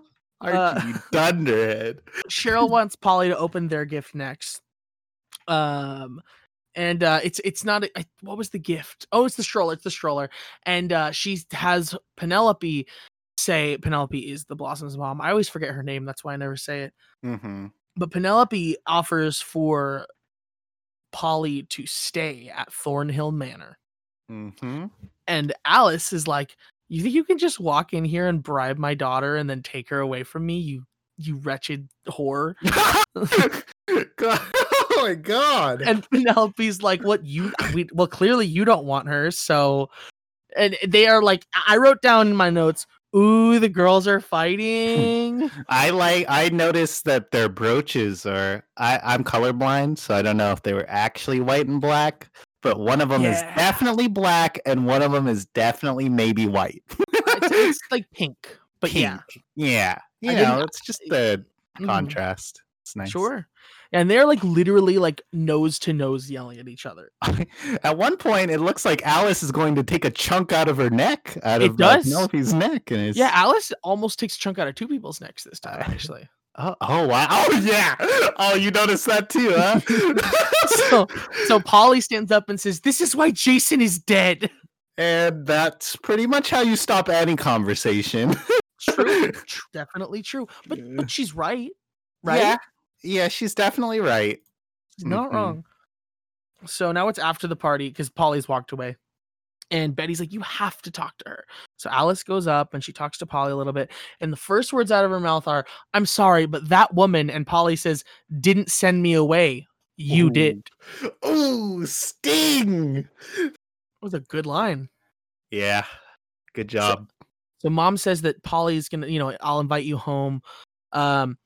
[SPEAKER 1] Uh,
[SPEAKER 2] Archie, you dunderhead.
[SPEAKER 1] Cheryl wants Polly to open their gift next. Um and uh it's it's not a- I, what was the gift? Oh, it's the stroller, it's the stroller. And uh she has Penelope say Penelope is the Blossom's mom. I always forget her name, that's why I never say it.
[SPEAKER 2] Mm-hmm.
[SPEAKER 1] But Penelope offers for Polly to stay at Thornhill Manor.
[SPEAKER 2] Mm-hmm.
[SPEAKER 1] And Alice is like, "You think you can just walk in here and bribe my daughter and then take her away from me, you you wretched whore?"
[SPEAKER 2] God. Oh my god.
[SPEAKER 1] and Penelope's like, "What you? We, well, clearly you don't want her." So, and they are like, I I wrote down in my notes, "Ooh, the girls are fighting."
[SPEAKER 2] I like I noticed that their brooches are I, I'm colorblind, so I don't know if they were actually white and black, but one of them is
[SPEAKER 1] Yeah.
[SPEAKER 2] definitely black and one of them is definitely maybe white.
[SPEAKER 1] it's, it's like pink, but yeah,
[SPEAKER 2] Yeah. You
[SPEAKER 1] I didn't-
[SPEAKER 2] know, it's just the
[SPEAKER 1] mhm,
[SPEAKER 2] contrast. It's nice.
[SPEAKER 1] sure. And they're like literally like nose to nose yelling at each other.
[SPEAKER 2] At one point it looks like Alice is going to take a chunk out of her neck, out
[SPEAKER 1] It
[SPEAKER 2] of uh,
[SPEAKER 1] does.
[SPEAKER 2] Penelope's neck and it's
[SPEAKER 1] Yeah, Alice almost takes a chunk out of two people's necks this time. Actually,
[SPEAKER 2] oh, oh wow. Oh yeah. Oh you noticed that too, huh?
[SPEAKER 1] so so Polly stands up and says, "This is why Jason is dead."
[SPEAKER 2] And that's pretty much how you stop any conversation.
[SPEAKER 1] True, tr- definitely true. But
[SPEAKER 2] Yeah.
[SPEAKER 1] but she's right, right?
[SPEAKER 2] Yeah. Yeah, she's definitely right.
[SPEAKER 1] She's not
[SPEAKER 2] Mhm.
[SPEAKER 1] wrong. So now it's after the party because Polly's walked away. And Betty's like, You have to talk to her. So Alice goes up and she talks to Polly a little bit. And the first words out of her mouth are, I'm sorry, but that woman, and Polly says, didn't send me away. You
[SPEAKER 2] Ooh.
[SPEAKER 1] did.
[SPEAKER 2] Ooh, sting.
[SPEAKER 1] That was a good line.
[SPEAKER 2] Yeah. Good job.
[SPEAKER 1] So mom says that Polly's gonna, you know, I'll invite you home. Um,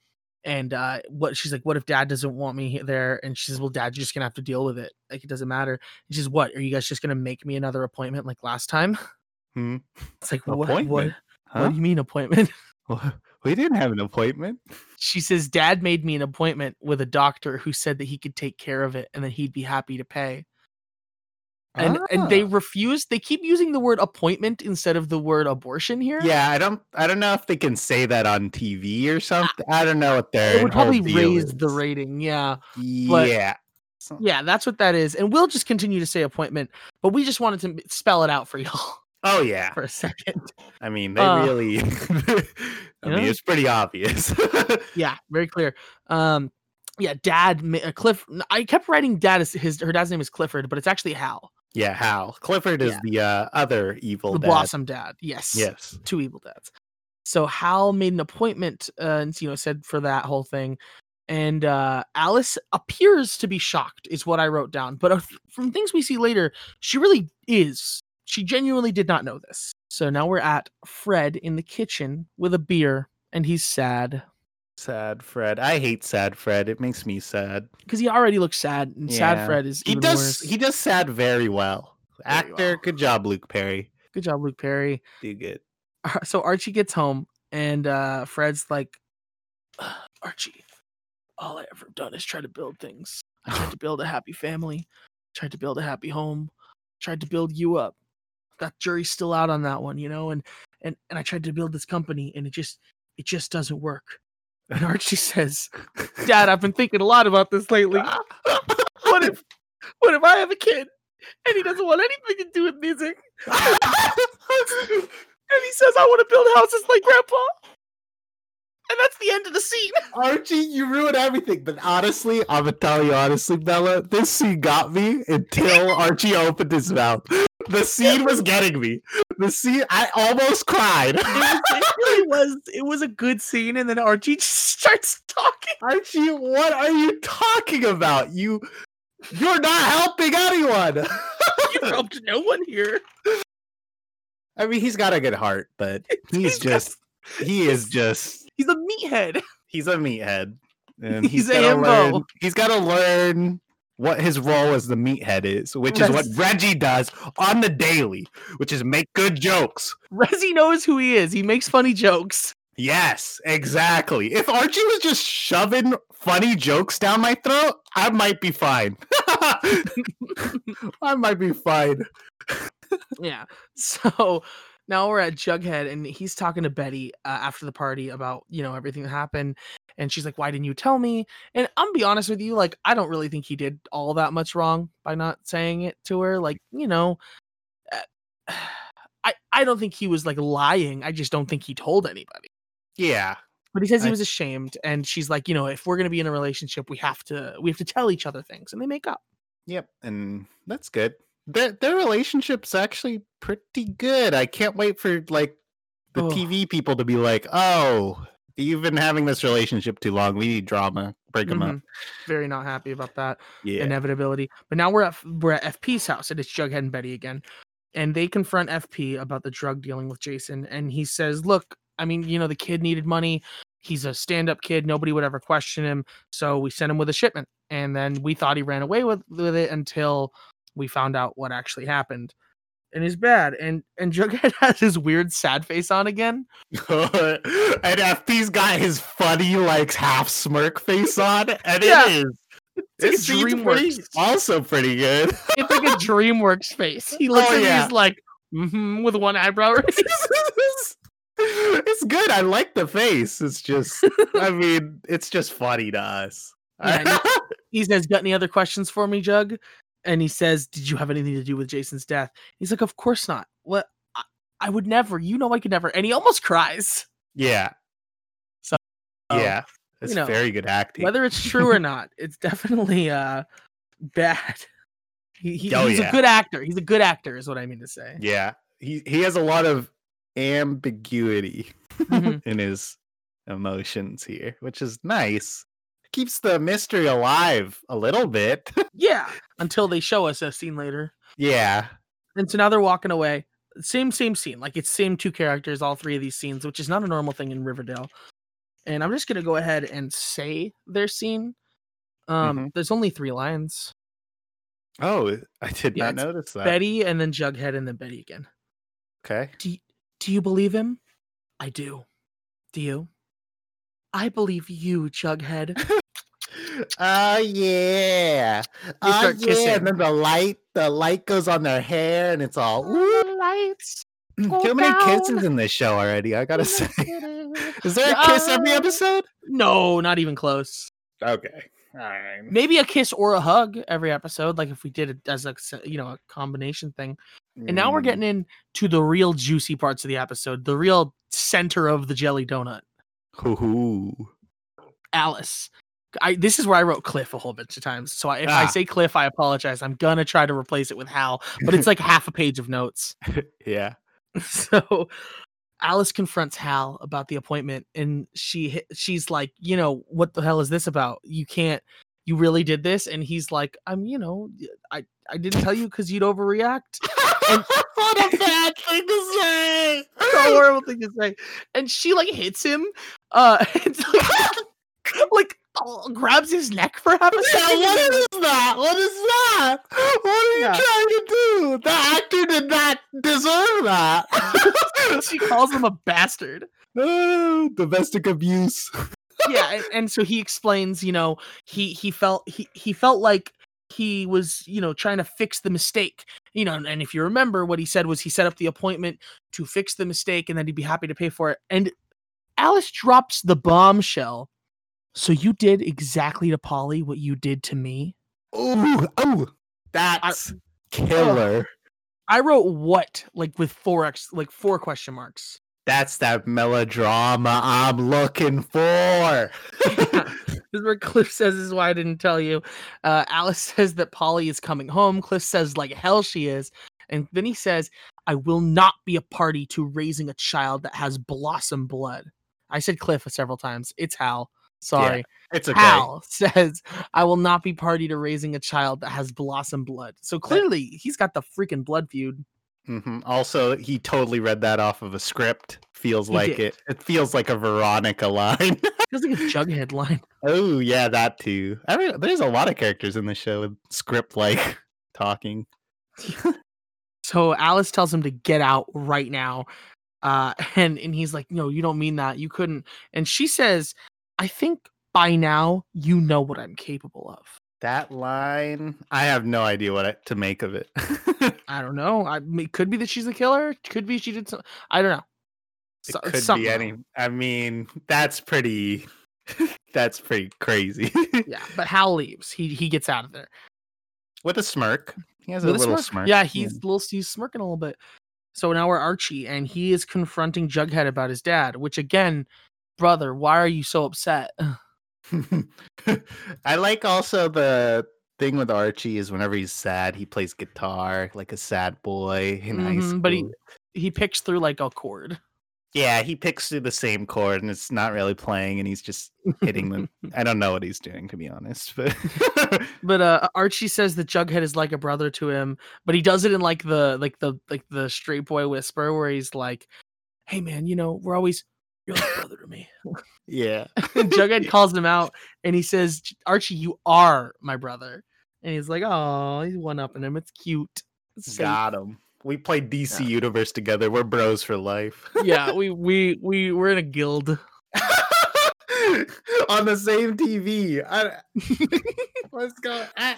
[SPEAKER 1] and uh, what she's like, what if dad doesn't want me he- there? And she says, well, dad, you're just gonna have to deal with it. Like it doesn't matter. And she says, what? Are you guys just gonna make me another appointment like last time?
[SPEAKER 2] Hmm.
[SPEAKER 1] It's like what? What?
[SPEAKER 2] Appointment?
[SPEAKER 1] What do you mean appointment?
[SPEAKER 2] Huh? We didn't have an appointment.
[SPEAKER 1] She says, Dad made me an appointment with a doctor who said that he could take care of it and that he'd be happy to pay. And and they
[SPEAKER 2] Ah.
[SPEAKER 1] refuse. They keep using the word appointment instead of the word abortion here.
[SPEAKER 2] Ah. Yeah, I don't I don't know if they can say that on TV or something. I don't know what they're
[SPEAKER 1] It would probably raise the rating. Yeah. but-
[SPEAKER 2] Yeah.
[SPEAKER 1] Yeah, that's what that is. And we'll just continue to say appointment, but we just wanted to m- spell it out for y'all
[SPEAKER 2] Oh yeah.
[SPEAKER 1] for a second.
[SPEAKER 2] I mean, they
[SPEAKER 1] Uh,
[SPEAKER 2] really I mean,
[SPEAKER 1] yeah.
[SPEAKER 2] it's pretty obvious.
[SPEAKER 1] Yeah, very clear. Um yeah, dad ma- uh, Cliff I kept writing dad is his her dad's name is Clifford, but it's actually Hal.
[SPEAKER 2] Yeah, Hal. Clifford is
[SPEAKER 1] Yeah.
[SPEAKER 2] the uh, other evil
[SPEAKER 1] The
[SPEAKER 2] dad.
[SPEAKER 1] Blossom dad. Yes.
[SPEAKER 2] Yes.
[SPEAKER 1] two evil dads. So Hal made an appointment, uh, and you know, said for that whole thing. And uh, Alice appears to be shocked, is what I wrote down. But uh, from things we see later, she really is. She genuinely did not know this. So now we're at Fred in the kitchen with a beer, and he's sad
[SPEAKER 2] Sad Fred. I hate Sad Fred. It makes me sad.
[SPEAKER 1] because he already looks sad, and sad
[SPEAKER 2] Yeah.
[SPEAKER 1] Fred is.
[SPEAKER 2] He
[SPEAKER 1] even
[SPEAKER 2] does
[SPEAKER 1] worse.
[SPEAKER 2] he does sad very well.
[SPEAKER 1] Very
[SPEAKER 2] Actor,
[SPEAKER 1] well.
[SPEAKER 2] good job, Luke Perry.
[SPEAKER 1] Good job, Luke Perry.
[SPEAKER 2] Do good.
[SPEAKER 1] Ar- so Archie gets home and uh Fred's like "Ugh, Archie, all I ever done is try to build things. I tried to build a happy family, tried to build a happy home, tried to build you up. That jury's still out on that one, you know, and and and I tried to build this company and it just it just doesn't work. And Archie says, Dad, I've been thinking a lot about this lately. What if what if I have a kid and he doesn't want anything to do with music? and he says, "I want to build houses like Grandpa." And that's the end of the scene.
[SPEAKER 2] Archie, you ruined everything. But honestly, I'm gonna tell you honestly, Bella, this scene got me until Archie opened his mouth. The scene was getting me. The scene I almost cried.
[SPEAKER 1] It, was, it really was. It was a good scene, and then Archie just starts talking.
[SPEAKER 2] Archie, what are you talking about? You you're not helping anyone.
[SPEAKER 1] You helped no one here.
[SPEAKER 2] I mean, he's got a good heart, but he's just he is just
[SPEAKER 1] He's a meathead.
[SPEAKER 2] he's a meathead. And
[SPEAKER 1] He's a
[SPEAKER 2] gotta
[SPEAKER 1] himbo.
[SPEAKER 2] learn- he's got to learn what his role as the meathead is, which is what
[SPEAKER 1] That's-
[SPEAKER 2] Reggie does on the daily, which is make good jokes.
[SPEAKER 1] Rezzy knows who he is. He makes funny jokes.
[SPEAKER 2] Yes, exactly. If Archie was just shoving funny jokes down my throat, I might be fine. I might be fine.
[SPEAKER 1] Yeah. So now we're at Jughead, and he's talking to Betty uh, after the party about you know everything that happened, and she's like, "Why didn't you tell me?" And I'm gonna be honest with you, like I don't really think he did all that much wrong by not saying it to her. Like you know, uh, I I don't think he was like lying. I just don't think he told anybody.
[SPEAKER 2] Yeah.
[SPEAKER 1] But he says he
[SPEAKER 2] I-
[SPEAKER 1] was ashamed, and she's like, you know, if we're gonna be in a relationship, we have to we have to tell each other things, and they make up.
[SPEAKER 2] Yep, and that's good. Their their relationship's actually pretty good. I can't wait for like the
[SPEAKER 1] Oh.
[SPEAKER 2] TV people to be like, "Oh, you've been having this relationship too long. We need drama. Break them up."
[SPEAKER 1] Mhm. Very not happy about that.
[SPEAKER 2] Yeah,
[SPEAKER 1] inevitability. But now we're at F- we're at FP's house, and it's Jughead and Betty again, and they confront FP about the drug dealing with Jason, and he says, "Look, I mean, you know, the kid needed money. He's a stand-up kid. Nobody would ever question him, so we sent him with a shipment, and then we thought he ran away with with it until we found out what actually happened." And is bad, and and Jughead has his weird sad face on again.
[SPEAKER 2] and FP's got his funny like half smirk face on, and
[SPEAKER 1] Yeah.
[SPEAKER 2] it is.
[SPEAKER 1] like
[SPEAKER 2] It
[SPEAKER 1] a
[SPEAKER 2] seems pretty,
[SPEAKER 1] DreamWorks.
[SPEAKER 2] also pretty good.
[SPEAKER 1] It's like a DreamWorks face. He looks
[SPEAKER 2] Oh,
[SPEAKER 1] at me,
[SPEAKER 2] yeah.
[SPEAKER 1] he's like, mm-hmm, with one eyebrow raised.
[SPEAKER 2] it's good. I like the face. It's just, I mean, it's just funny to us.
[SPEAKER 1] Yeah, and he says, Got any other questions for me, Jug? And he says, Did you have anything to do with Jason's death? He's like, Of course not. What? I, I would never. You know, I could never. And he almost cries.
[SPEAKER 2] Yeah.
[SPEAKER 1] So,
[SPEAKER 2] yeah, it's
[SPEAKER 1] Um, know,
[SPEAKER 2] very good acting.
[SPEAKER 1] Whether it's true or not, it's definitely uh, bad. He, he-
[SPEAKER 2] Oh,
[SPEAKER 1] he's
[SPEAKER 2] yeah.
[SPEAKER 1] a good actor. He's a good actor, is what I mean to say.
[SPEAKER 2] yeah, he he has a lot of ambiguity
[SPEAKER 1] Mhm.
[SPEAKER 2] in his emotions here, which is nice. Keeps the mystery alive a little bit.
[SPEAKER 1] yeah. Until they show us a scene later.
[SPEAKER 2] yeah.
[SPEAKER 1] And so now they're walking away. Same, same scene. Like it's same two characters, all three of these scenes, which is not a normal thing in Riverdale. And I'm just gonna go ahead and say their scene. Um, there's only three lines.
[SPEAKER 2] Oh, I did
[SPEAKER 1] Yeah,
[SPEAKER 2] not
[SPEAKER 1] it's
[SPEAKER 2] notice that.
[SPEAKER 1] Betty and then Jughead and then Betty again.
[SPEAKER 2] Okay.
[SPEAKER 1] Do you believe him? I do. Do you? I believe you, Jughead.
[SPEAKER 2] Oh yeah. Oh
[SPEAKER 1] start
[SPEAKER 2] yeah.
[SPEAKER 1] kissing.
[SPEAKER 2] And then the light, the light goes on their hair, and it's all ooh.
[SPEAKER 1] lights. Oh, go
[SPEAKER 2] Too many kisses
[SPEAKER 1] down
[SPEAKER 2] in this show already. I gotta say. Is there a
[SPEAKER 1] Yeah.
[SPEAKER 2] kiss every episode?
[SPEAKER 1] No, not even close.
[SPEAKER 2] Okay. All right.
[SPEAKER 1] Maybe a kiss or a hug every episode, like if we did it as a s- you know a combination thing. And now
[SPEAKER 2] Mm.
[SPEAKER 1] we're getting into the real juicy parts of the episode, the real center of the jelly donut.
[SPEAKER 2] Hoo-hoo.
[SPEAKER 1] Alice. I this is where I wrote Cliff a whole bunch of times. So I, if I
[SPEAKER 2] Ah.
[SPEAKER 1] say Cliff, I apologize. I'm gonna try to replace it with Hal, but it's like half a page of notes.
[SPEAKER 2] Yeah.
[SPEAKER 1] So Alice confronts Hal about the appointment, and she hi- she's like, you know, what the hell is this about? You can't. You really did this, and he's like, I'm, you know, I I didn't tell you because you'd overreact.
[SPEAKER 2] what a bad thing to say.
[SPEAKER 1] so horrible thing to say. And she like hits him, uh, and, like, like, oh, grabs his neck for half a
[SPEAKER 2] Yeah,
[SPEAKER 1] second. and then-
[SPEAKER 2] what is that? What is that? What are you
[SPEAKER 1] Yeah.
[SPEAKER 2] trying to do? The actor did not deserve that.
[SPEAKER 1] she calls him a bastard.
[SPEAKER 2] Oh, domestic abuse.
[SPEAKER 1] Yeah, and, and so he explains, you know, he he felt he he felt like he was, you know, trying to fix the mistake. You know, and- and if you remember what he said was he set up the appointment to fix the mistake and then he'd be happy to pay for it. And Alice drops the bombshell. So you did exactly to Polly what you did to me.
[SPEAKER 2] Ooh, oh, that's killer.
[SPEAKER 1] I wrote what like with four x like four question marks.
[SPEAKER 2] That's that melodrama I'm looking for.
[SPEAKER 1] This is where Cliff says this is why I didn't tell you. Uh, Alice says that Polly is coming home. Cliff says like hell she is, and then he says I will not be a party to raising a child that has blossom blood. I said Cliff several times. It's Hal. Sorry.
[SPEAKER 2] It's okay.
[SPEAKER 1] Hal says, I will not be party to raising a child that has blossom blood. So clearly he's got the freaking blood feud.
[SPEAKER 2] Mhm. Also, he totally read that off of a script. Feels
[SPEAKER 1] He
[SPEAKER 2] like
[SPEAKER 1] did.
[SPEAKER 2] it. It feels like a Veronica line.
[SPEAKER 1] Feels like a Jughead line.
[SPEAKER 2] oh yeah, that too. I mean, there's a lot of characters in the show with script like talking.
[SPEAKER 1] So Alice tells him to get out right now. Uh, and, and he's like, no, you don't mean that. You couldn't. And she says, I think by now you know what I'm capable of.
[SPEAKER 2] That line, I have no idea what I, to make of it.
[SPEAKER 1] I don't know. I mean, it could be that she's a killer. It could be she did some. I don't know.
[SPEAKER 2] it
[SPEAKER 1] So-
[SPEAKER 2] could
[SPEAKER 1] something.
[SPEAKER 2] be any. I mean, that's pretty. that's pretty crazy.
[SPEAKER 1] Yeah, but Hal leaves. He he gets out of there.
[SPEAKER 2] With a smirk, he has
[SPEAKER 1] With
[SPEAKER 2] a little smirk.
[SPEAKER 1] Yeah, he's little he's smirking a little bit. So now we're Archie, and he is confronting Jughead about his dad. Which again, brother, why are you so upset?
[SPEAKER 2] I like also the thing with Archie is whenever he's sad, he plays guitar like a sad boy in high school.
[SPEAKER 1] Mhm, but he- He picks through like a chord.
[SPEAKER 2] yeah, he picks through the same chord and it's not really playing, and he's just hitting them. I don't know what he's doing to be honest, but
[SPEAKER 1] But uh, Archie says that Jughead is like a brother to him, but he does it in like the like the like the straight boy whisper where he's like, "Hey man, you know we're always you're like a brother to me."
[SPEAKER 2] yeah,
[SPEAKER 1] And Jughead calls him out and he says, "J- Archie, you are my brother. And he's like, Oh, he's one upping him. It's cute. It's safe."
[SPEAKER 2] got him. We played DC Universe together. We're bros for life.
[SPEAKER 1] yeah, we we we we're in a guild.
[SPEAKER 2] On the same TV. I, let's go. I-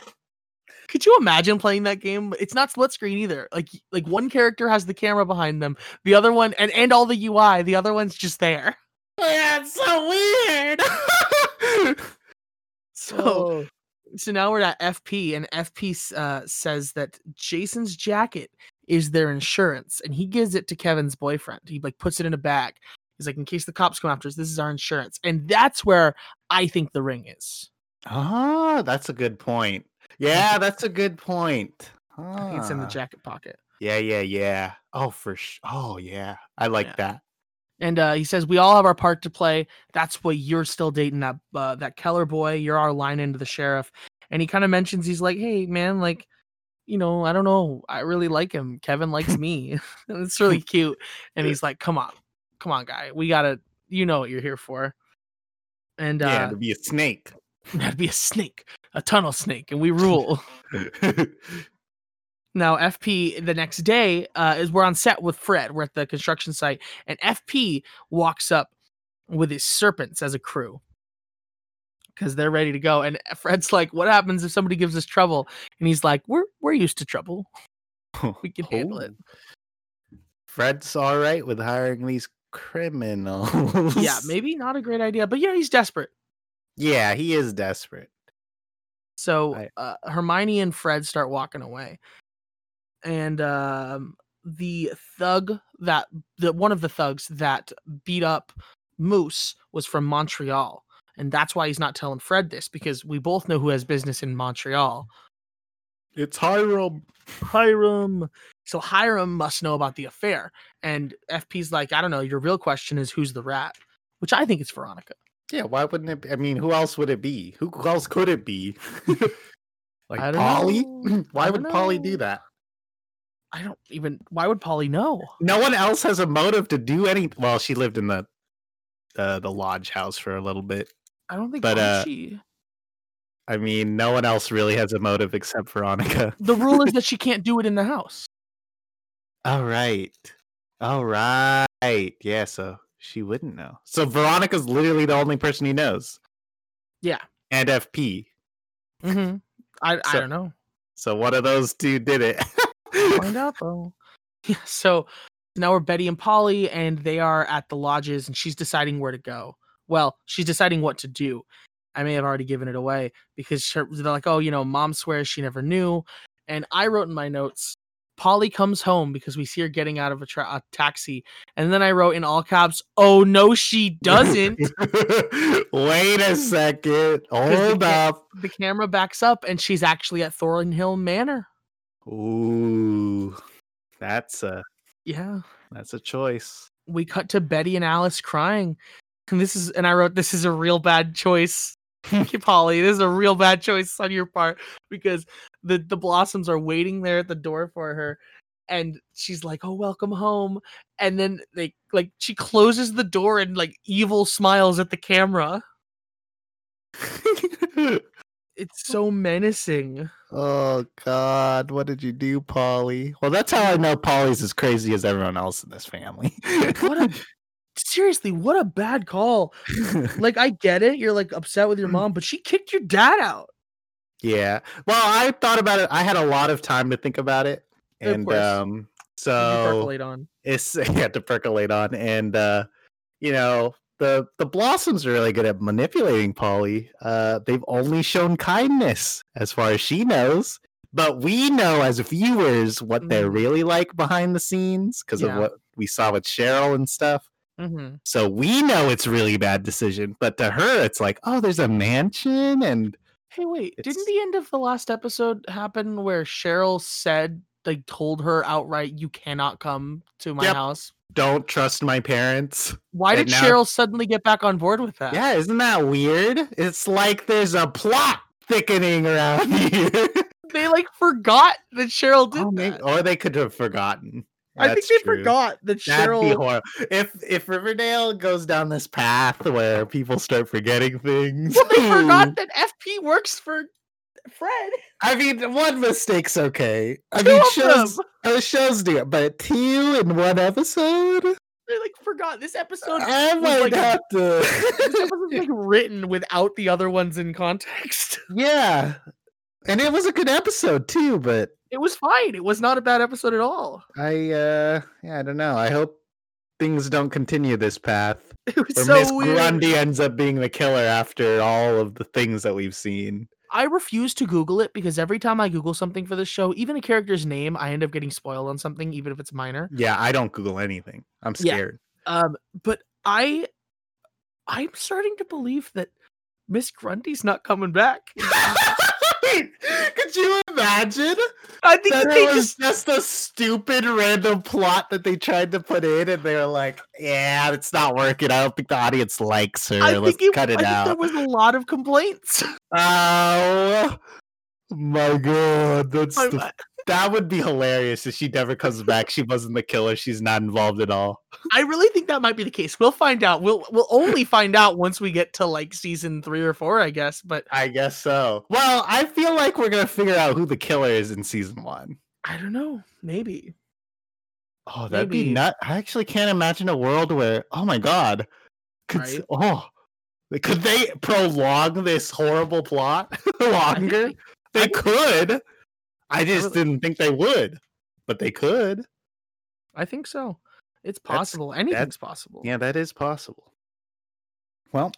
[SPEAKER 1] Could you imagine playing that game? It's not split screen either. Like y- like one character has the camera behind them, the other one and and all the UI, the other one's just there.
[SPEAKER 2] That's Oh, so weird.
[SPEAKER 1] So
[SPEAKER 2] Oh.
[SPEAKER 1] so now we're at FP, and FP s- uh, says that Jason's jacket is their insurance, and he gives it to Kevin's boyfriend. He like puts it in a bag. He's like, in case the cops come after us, this is our insurance, and that's where I think the ring is.
[SPEAKER 2] Ah, that's a good point. Yeah, that's a good point.
[SPEAKER 1] I think it's in the
[SPEAKER 2] Ah,
[SPEAKER 1] jacket pocket.
[SPEAKER 2] Yeah, yeah, yeah. Oh, for sure. Oh, yeah. I like
[SPEAKER 1] Yeah.
[SPEAKER 2] that.
[SPEAKER 1] And uh, he says, "We all have our part to play. That's why you're still dating that uh, that Keller boy. You're our line into the sheriff." And he kind of mentions, he's like, "Hey, man, like, you know, I don't know. I really like him. Kevin likes me. and it's really cute." And he's like, "Come on, come on, guy. We gotta. You know what you're here for." And
[SPEAKER 2] yeah,
[SPEAKER 1] uh,
[SPEAKER 2] to be a snake.
[SPEAKER 1] that'd be a snake, a tunnel snake, and we rule. Now, FP the next day uh, is we're on set with Fred. We're at the construction site, and FP walks up with his serpents as a crew because they're ready to go. And Fred's like, "What happens if somebody gives us trouble?" And he's like, "We're we're used to trouble. We can handle it."
[SPEAKER 2] Oh. Fred's all right with hiring these criminals.
[SPEAKER 1] Yeah, maybe not a great idea, but yeah, he's desperate.
[SPEAKER 2] Yeah, he is desperate.
[SPEAKER 1] So
[SPEAKER 2] I-
[SPEAKER 1] uh, Hermione and Fred start walking away, and um, the thug that the one of the thugs that beat up Moose was from Montreal, and that's why he's not telling Fred this because we both know who has business in Montreal.
[SPEAKER 2] It's Hiram.
[SPEAKER 1] Hiram. So Hiram must know about the affair, and FP's like, I don't know. Your real question is who's the rat, which I think it's Veronica.
[SPEAKER 2] Yeah, why wouldn't it? Be? I mean, who else would it be? Who else could it be? like
[SPEAKER 1] I don't
[SPEAKER 2] Polly?
[SPEAKER 1] know. I
[SPEAKER 2] why
[SPEAKER 1] don't
[SPEAKER 2] would Polly
[SPEAKER 1] know.
[SPEAKER 2] do that?
[SPEAKER 1] I don't even. Why would Polly know?
[SPEAKER 2] No one else has a motive to do any. Well, she lived in the uh, the lodge house for a little bit.
[SPEAKER 1] I don't think
[SPEAKER 2] But, uh,
[SPEAKER 1] Archie.
[SPEAKER 2] I mean, no one else really has a motive except Veronica.
[SPEAKER 1] the rule is that she can't do it in the house.
[SPEAKER 2] All right, all right, yeah. So she wouldn't know. So Veronica's literally the only person he knows.
[SPEAKER 1] Yeah.
[SPEAKER 2] and FP.
[SPEAKER 1] Mm-hmm. I, I
[SPEAKER 2] So-
[SPEAKER 1] don't know.
[SPEAKER 2] So one of those two did it.
[SPEAKER 1] Find out though. Yeah, so now we're Betty and Polly, and they are at the lodges, and she's deciding where to go. Well, she's deciding what to do. I may have already given it away because her, they're like, oh, you know, mom swears she never knew. And I wrote in my notes, Polly comes home because we see her getting out of a, tra- a taxi. And then I wrote in all caps, oh, no, she doesn't.
[SPEAKER 2] Wait a second. Hold
[SPEAKER 1] ca-
[SPEAKER 2] up.
[SPEAKER 1] the camera backs up, and she's actually at Thornhill Manor.
[SPEAKER 2] Ooh, that's a
[SPEAKER 1] Yeah.
[SPEAKER 2] that's a choice.
[SPEAKER 1] we cut to Betty and Alice crying. And this is and I wrote this is a real bad choice. Polly, this is a real bad choice on your part because the the blossoms are waiting there at the door for her and she's like, "Oh, welcome home." And then they like she closes the door and like evil smiles at the camera. It's so menacing.
[SPEAKER 2] oh God, what did you do, Polly? Well, that's how I know Polly's as crazy as everyone else in this family.
[SPEAKER 1] What a seriously, what a bad call. Like I get it, you're like upset with your mom, but she kicked your dad out.
[SPEAKER 2] yeah. Well, I thought about it. I had a lot of time to think about it,
[SPEAKER 1] Of
[SPEAKER 2] and
[SPEAKER 1] course.
[SPEAKER 2] um,
[SPEAKER 1] You
[SPEAKER 2] so
[SPEAKER 1] percolate on.
[SPEAKER 2] it's had to percolate on and uh you know the the blossoms are really good at manipulating polly uh they've only shown kindness as far as she knows but we know as viewers what they're
[SPEAKER 1] Mhm.
[SPEAKER 2] really like behind the scenes because
[SPEAKER 1] Yeah.
[SPEAKER 2] of what we saw with cheryl and stuff
[SPEAKER 1] Mm-hmm.
[SPEAKER 2] so we know it's really bad decision but to her it's like oh there's a mansion and
[SPEAKER 1] Hey, wait,
[SPEAKER 2] It's-
[SPEAKER 1] didn't the end of the last episode happen where Cheryl said like told her outright, "You cannot come to my
[SPEAKER 2] Yep.
[SPEAKER 1] house"?
[SPEAKER 2] don't trust my parents
[SPEAKER 1] Why
[SPEAKER 2] And
[SPEAKER 1] did
[SPEAKER 2] now-
[SPEAKER 1] Cheryl suddenly get back on board with that?
[SPEAKER 2] yeah isn't that weird it's like there's a plot thickening around here
[SPEAKER 1] they like forgot that Cheryl did
[SPEAKER 2] Oh, maybe-
[SPEAKER 1] that.
[SPEAKER 2] or they could have forgotten.
[SPEAKER 1] I think
[SPEAKER 2] That's
[SPEAKER 1] they
[SPEAKER 2] true.
[SPEAKER 1] forgot that
[SPEAKER 2] That'd
[SPEAKER 1] Cheryl.
[SPEAKER 2] be horrible. If if Riverdale goes down this path where people start forgetting things,
[SPEAKER 1] Well, they
[SPEAKER 2] hmm.
[SPEAKER 1] forgot that FP works for Fred.
[SPEAKER 2] I mean, one mistake's okay. I
[SPEAKER 1] Two
[SPEAKER 2] mean,
[SPEAKER 1] of
[SPEAKER 2] shows
[SPEAKER 1] them.
[SPEAKER 2] uh, shows do it, but two in one episode,
[SPEAKER 1] They like forgot this episode.
[SPEAKER 2] I
[SPEAKER 1] was
[SPEAKER 2] might
[SPEAKER 1] like-
[SPEAKER 2] have
[SPEAKER 1] this
[SPEAKER 2] to.
[SPEAKER 1] episode was like written without the other ones in context.
[SPEAKER 2] yeah, and it was a good episode too, but
[SPEAKER 1] It was fine. It was not a bad episode at all.
[SPEAKER 2] I uh yeah, I don't know. I hope things don't continue this path.
[SPEAKER 1] It was
[SPEAKER 2] Or
[SPEAKER 1] so
[SPEAKER 2] Miss
[SPEAKER 1] weird.
[SPEAKER 2] Grundy ends up being the killer after all of the things that we've seen.
[SPEAKER 1] I refuse to Google it because every time I Google something for this show, even a character's name, I end up getting spoiled on something, even if it's minor.
[SPEAKER 2] Yeah, I don't Google anything. I'm
[SPEAKER 1] Yeah.
[SPEAKER 2] scared.
[SPEAKER 1] Um, but I, I'm starting to believe that Miss Grundy's not coming back.
[SPEAKER 2] Could you imagine
[SPEAKER 1] I think that
[SPEAKER 2] that
[SPEAKER 1] they
[SPEAKER 2] it was
[SPEAKER 1] just
[SPEAKER 2] just a stupid random plot that they tried to put in, and they were like, "Yeah, it's not working. I don't think the audience likes her.
[SPEAKER 1] I
[SPEAKER 2] Let's
[SPEAKER 1] think it,
[SPEAKER 2] cut
[SPEAKER 1] I
[SPEAKER 2] it
[SPEAKER 1] think there
[SPEAKER 2] out."
[SPEAKER 1] was a lot of complaints.
[SPEAKER 2] Oh my god, that's
[SPEAKER 1] I-
[SPEAKER 2] the, that would be hilarious if she never comes back. She wasn't the killer. She's not involved at all.
[SPEAKER 1] I really think that might be the case. We'll find out. We'll we'll only find out once we get to like season three or four, I guess. But
[SPEAKER 2] I guess so. Well, I feel like we're gonna figure out who the killer is in season one.
[SPEAKER 1] I don't know. Maybe.
[SPEAKER 2] Oh, that'd
[SPEAKER 1] Maybe.
[SPEAKER 2] be nut. I actually can't imagine a world where. Oh my god, could s-
[SPEAKER 1] Right?
[SPEAKER 2] oh, they- could they prolong this horrible plot
[SPEAKER 1] I think
[SPEAKER 2] longer?
[SPEAKER 1] we-
[SPEAKER 2] They
[SPEAKER 1] think-
[SPEAKER 2] could. I just
[SPEAKER 1] really-
[SPEAKER 2] didn't think they would, but they could.
[SPEAKER 1] I think so. It's
[SPEAKER 2] That's-
[SPEAKER 1] possible. Anything's possible.
[SPEAKER 2] Yeah, that is possible. Well,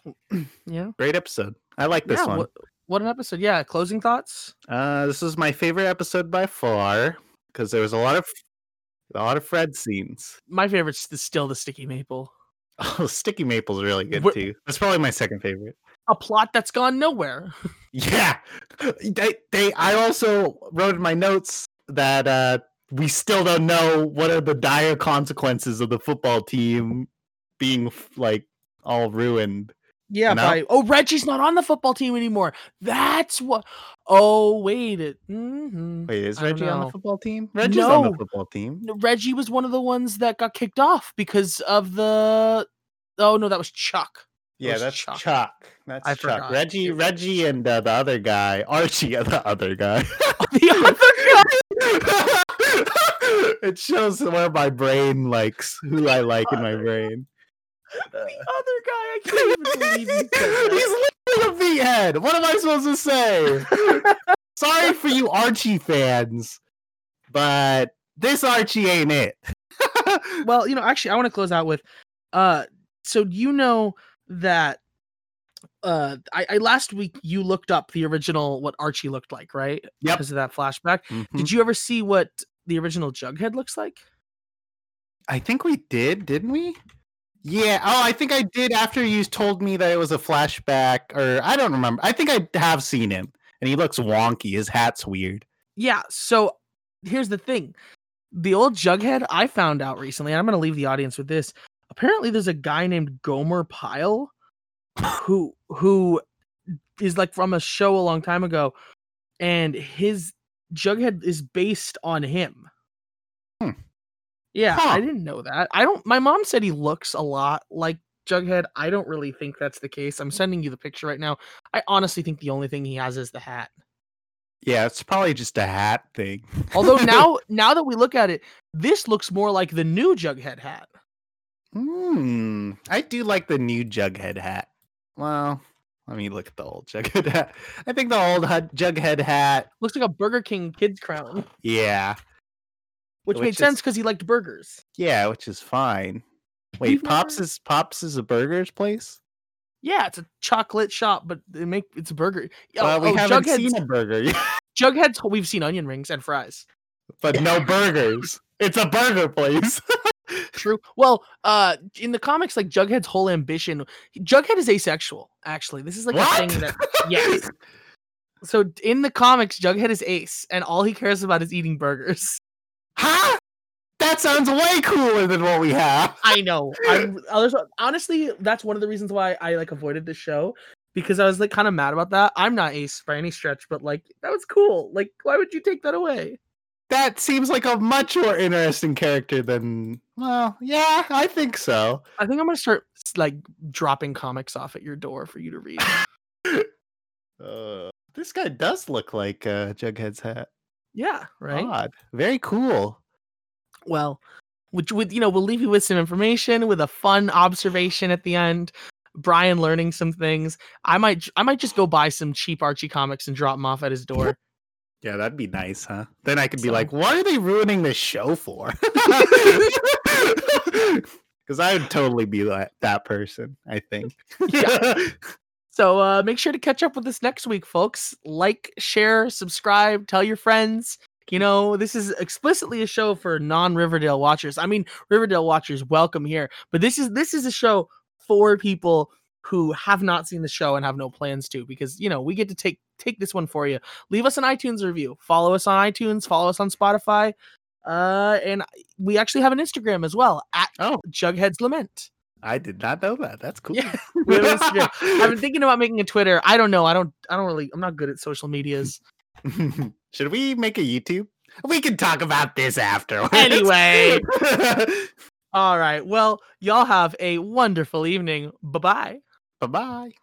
[SPEAKER 1] Yeah.
[SPEAKER 2] great episode. I like this
[SPEAKER 1] yeah.
[SPEAKER 2] one.
[SPEAKER 1] What, what an episode. Yeah. Closing thoughts.
[SPEAKER 2] Uh, this is my favorite episode by far because there was a lot of a lot of Fred scenes.
[SPEAKER 1] My favorite's the- still the sticky maple.
[SPEAKER 2] Oh, sticky maple's really good
[SPEAKER 1] Wh-
[SPEAKER 2] too. That's probably my second favorite.
[SPEAKER 1] A plot that's gone nowhere.
[SPEAKER 2] Yeah, they, they. I also wrote in my notes that uh, we still don't know what are the dire consequences of the football team being f- like all ruined.
[SPEAKER 1] Yeah.
[SPEAKER 2] No.
[SPEAKER 1] By, oh, Reggie's not on the football team anymore. That's what. Oh, wait. It. mhm.
[SPEAKER 2] Wait, is
[SPEAKER 1] I don't
[SPEAKER 2] Reggie on
[SPEAKER 1] know.
[SPEAKER 2] the football team? Reggie's on the
[SPEAKER 1] No.
[SPEAKER 2] football team.
[SPEAKER 1] No, Reggie was one of the ones that got kicked off because of the. Oh no, that was Chuck.
[SPEAKER 2] Yeah,
[SPEAKER 1] was
[SPEAKER 2] that's
[SPEAKER 1] Chuck.
[SPEAKER 2] Chuck. That's
[SPEAKER 1] I
[SPEAKER 2] Chuck.
[SPEAKER 1] forgot.
[SPEAKER 2] Reggie,
[SPEAKER 1] It was
[SPEAKER 2] Reggie, and uh, the other guy, Archie, uh, the other guy.
[SPEAKER 1] The other guy-
[SPEAKER 2] it shows where my brain likes who I like in my brain.
[SPEAKER 1] the other guy. I can't even believe you said
[SPEAKER 2] He's
[SPEAKER 1] that.
[SPEAKER 2] literally a meathead. What am I supposed to say? Sorry for you Archie fans, but this Archie ain't it.
[SPEAKER 1] Well, you know, actually, I want to close out with, uh, so do you know that, uh, I, I last week you looked up the original what Archie looked like, right?
[SPEAKER 2] Yep.
[SPEAKER 1] Because of that flashback.
[SPEAKER 2] Mhm.
[SPEAKER 1] Did you ever see what the original Jughead looks like?
[SPEAKER 2] I think we did, didn't we? Yeah. Oh, I think I did after you told me that it was a flashback, or I don't remember. I think I have seen him, and he looks wonky. His hat's weird.
[SPEAKER 1] Yeah. So here's the thing the old Jughead, I found out recently, and I'm going to leave the audience with this. Apparently, there's a guy named Gomer Pyle who, who is like from a show a long time ago, and his Jughead is based on him.
[SPEAKER 2] Hmm.
[SPEAKER 1] Yeah,
[SPEAKER 2] Huh.
[SPEAKER 1] I didn't know that. I don't. My mom said he looks a lot like Jughead. I don't really think that's the case. I'm sending you the picture right now. I honestly think the only thing he has is the hat.
[SPEAKER 2] Yeah, it's probably just a hat thing.
[SPEAKER 1] Although now, now that we look at it, this looks more like the new Jughead hat.
[SPEAKER 2] Hmm. I do like the new Jughead hat. Well, let me look at the old Jughead hat. I think the old hut Jughead hat.
[SPEAKER 1] Looks like a Burger King kid's crown,
[SPEAKER 2] Yeah.
[SPEAKER 1] which,
[SPEAKER 2] Which
[SPEAKER 1] made
[SPEAKER 2] is-
[SPEAKER 1] sense because he liked burgers.
[SPEAKER 2] Yeah, which is fine. Wait,
[SPEAKER 1] You've
[SPEAKER 2] Pops
[SPEAKER 1] never-
[SPEAKER 2] is Pops is a burgers place?
[SPEAKER 1] Yeah, it's a chocolate shop, but they make it's a burger. Oh,
[SPEAKER 2] well, we
[SPEAKER 1] oh,
[SPEAKER 2] haven't
[SPEAKER 1] Jughead's,
[SPEAKER 2] seen a burger, yet,
[SPEAKER 1] Jughead's. We've seen onion rings and fries.
[SPEAKER 2] but no burgers. It's a burger place.
[SPEAKER 1] True. Well, uh, in the comics, like Jughead's whole ambition, Jughead is asexual. Actually, this is like a
[SPEAKER 2] What?
[SPEAKER 1] thing that yes. So d- in the comics, Jughead is ace, and all he cares about is eating burgers.
[SPEAKER 2] Huh? That sounds way cooler than what we have.
[SPEAKER 1] I know. I'm, I was- honestly, that's one of the reasons why I like avoided this show because I was like kind of mad about that. I'm not ace by any stretch, but like that was cool. Like, why would you take that away?
[SPEAKER 2] That seems like a much more interesting character than well, yeah, I think so.
[SPEAKER 1] I think I'm gonna start s- like dropping comics off at your door for you to read.
[SPEAKER 2] Uh, this guy does look like uh, Jughead's hat.
[SPEAKER 1] yeah, right.
[SPEAKER 2] Odd. Very cool.
[SPEAKER 1] Ah. well which would you know we'll leave you with some information with a fun observation at the end brian learning some things i might j- i might just go buy some cheap archie comics and drop them off at his door
[SPEAKER 2] Yeah, that'd be nice, huh? Then I could be
[SPEAKER 1] So-
[SPEAKER 2] like, what are they ruining this show for? Because I would totally be that, that person, I think.
[SPEAKER 1] so uh make sure to catch up with us next week folks like share subscribe tell your friends you know this is explicitly a show for non-riverdale watchers i mean riverdale watchers welcome here but this is this is a show for people who have not seen the show and have no plans to because you know we get to take take this one for you leave us an itunes review follow us on itunes follow us on spotify uh and we actually have an instagram as well at
[SPEAKER 2] Oh.
[SPEAKER 1] jughead's lament
[SPEAKER 2] I did not know that. That's cool.
[SPEAKER 1] Yeah, we have an i've been thinking about making a twitter i don't know i don't i don't really i'm not good at social medias
[SPEAKER 2] Should we make a YouTube? We can talk about this afterwards.
[SPEAKER 1] Anyway. all right well y'all have a wonderful evening bye bye
[SPEAKER 2] bye bye.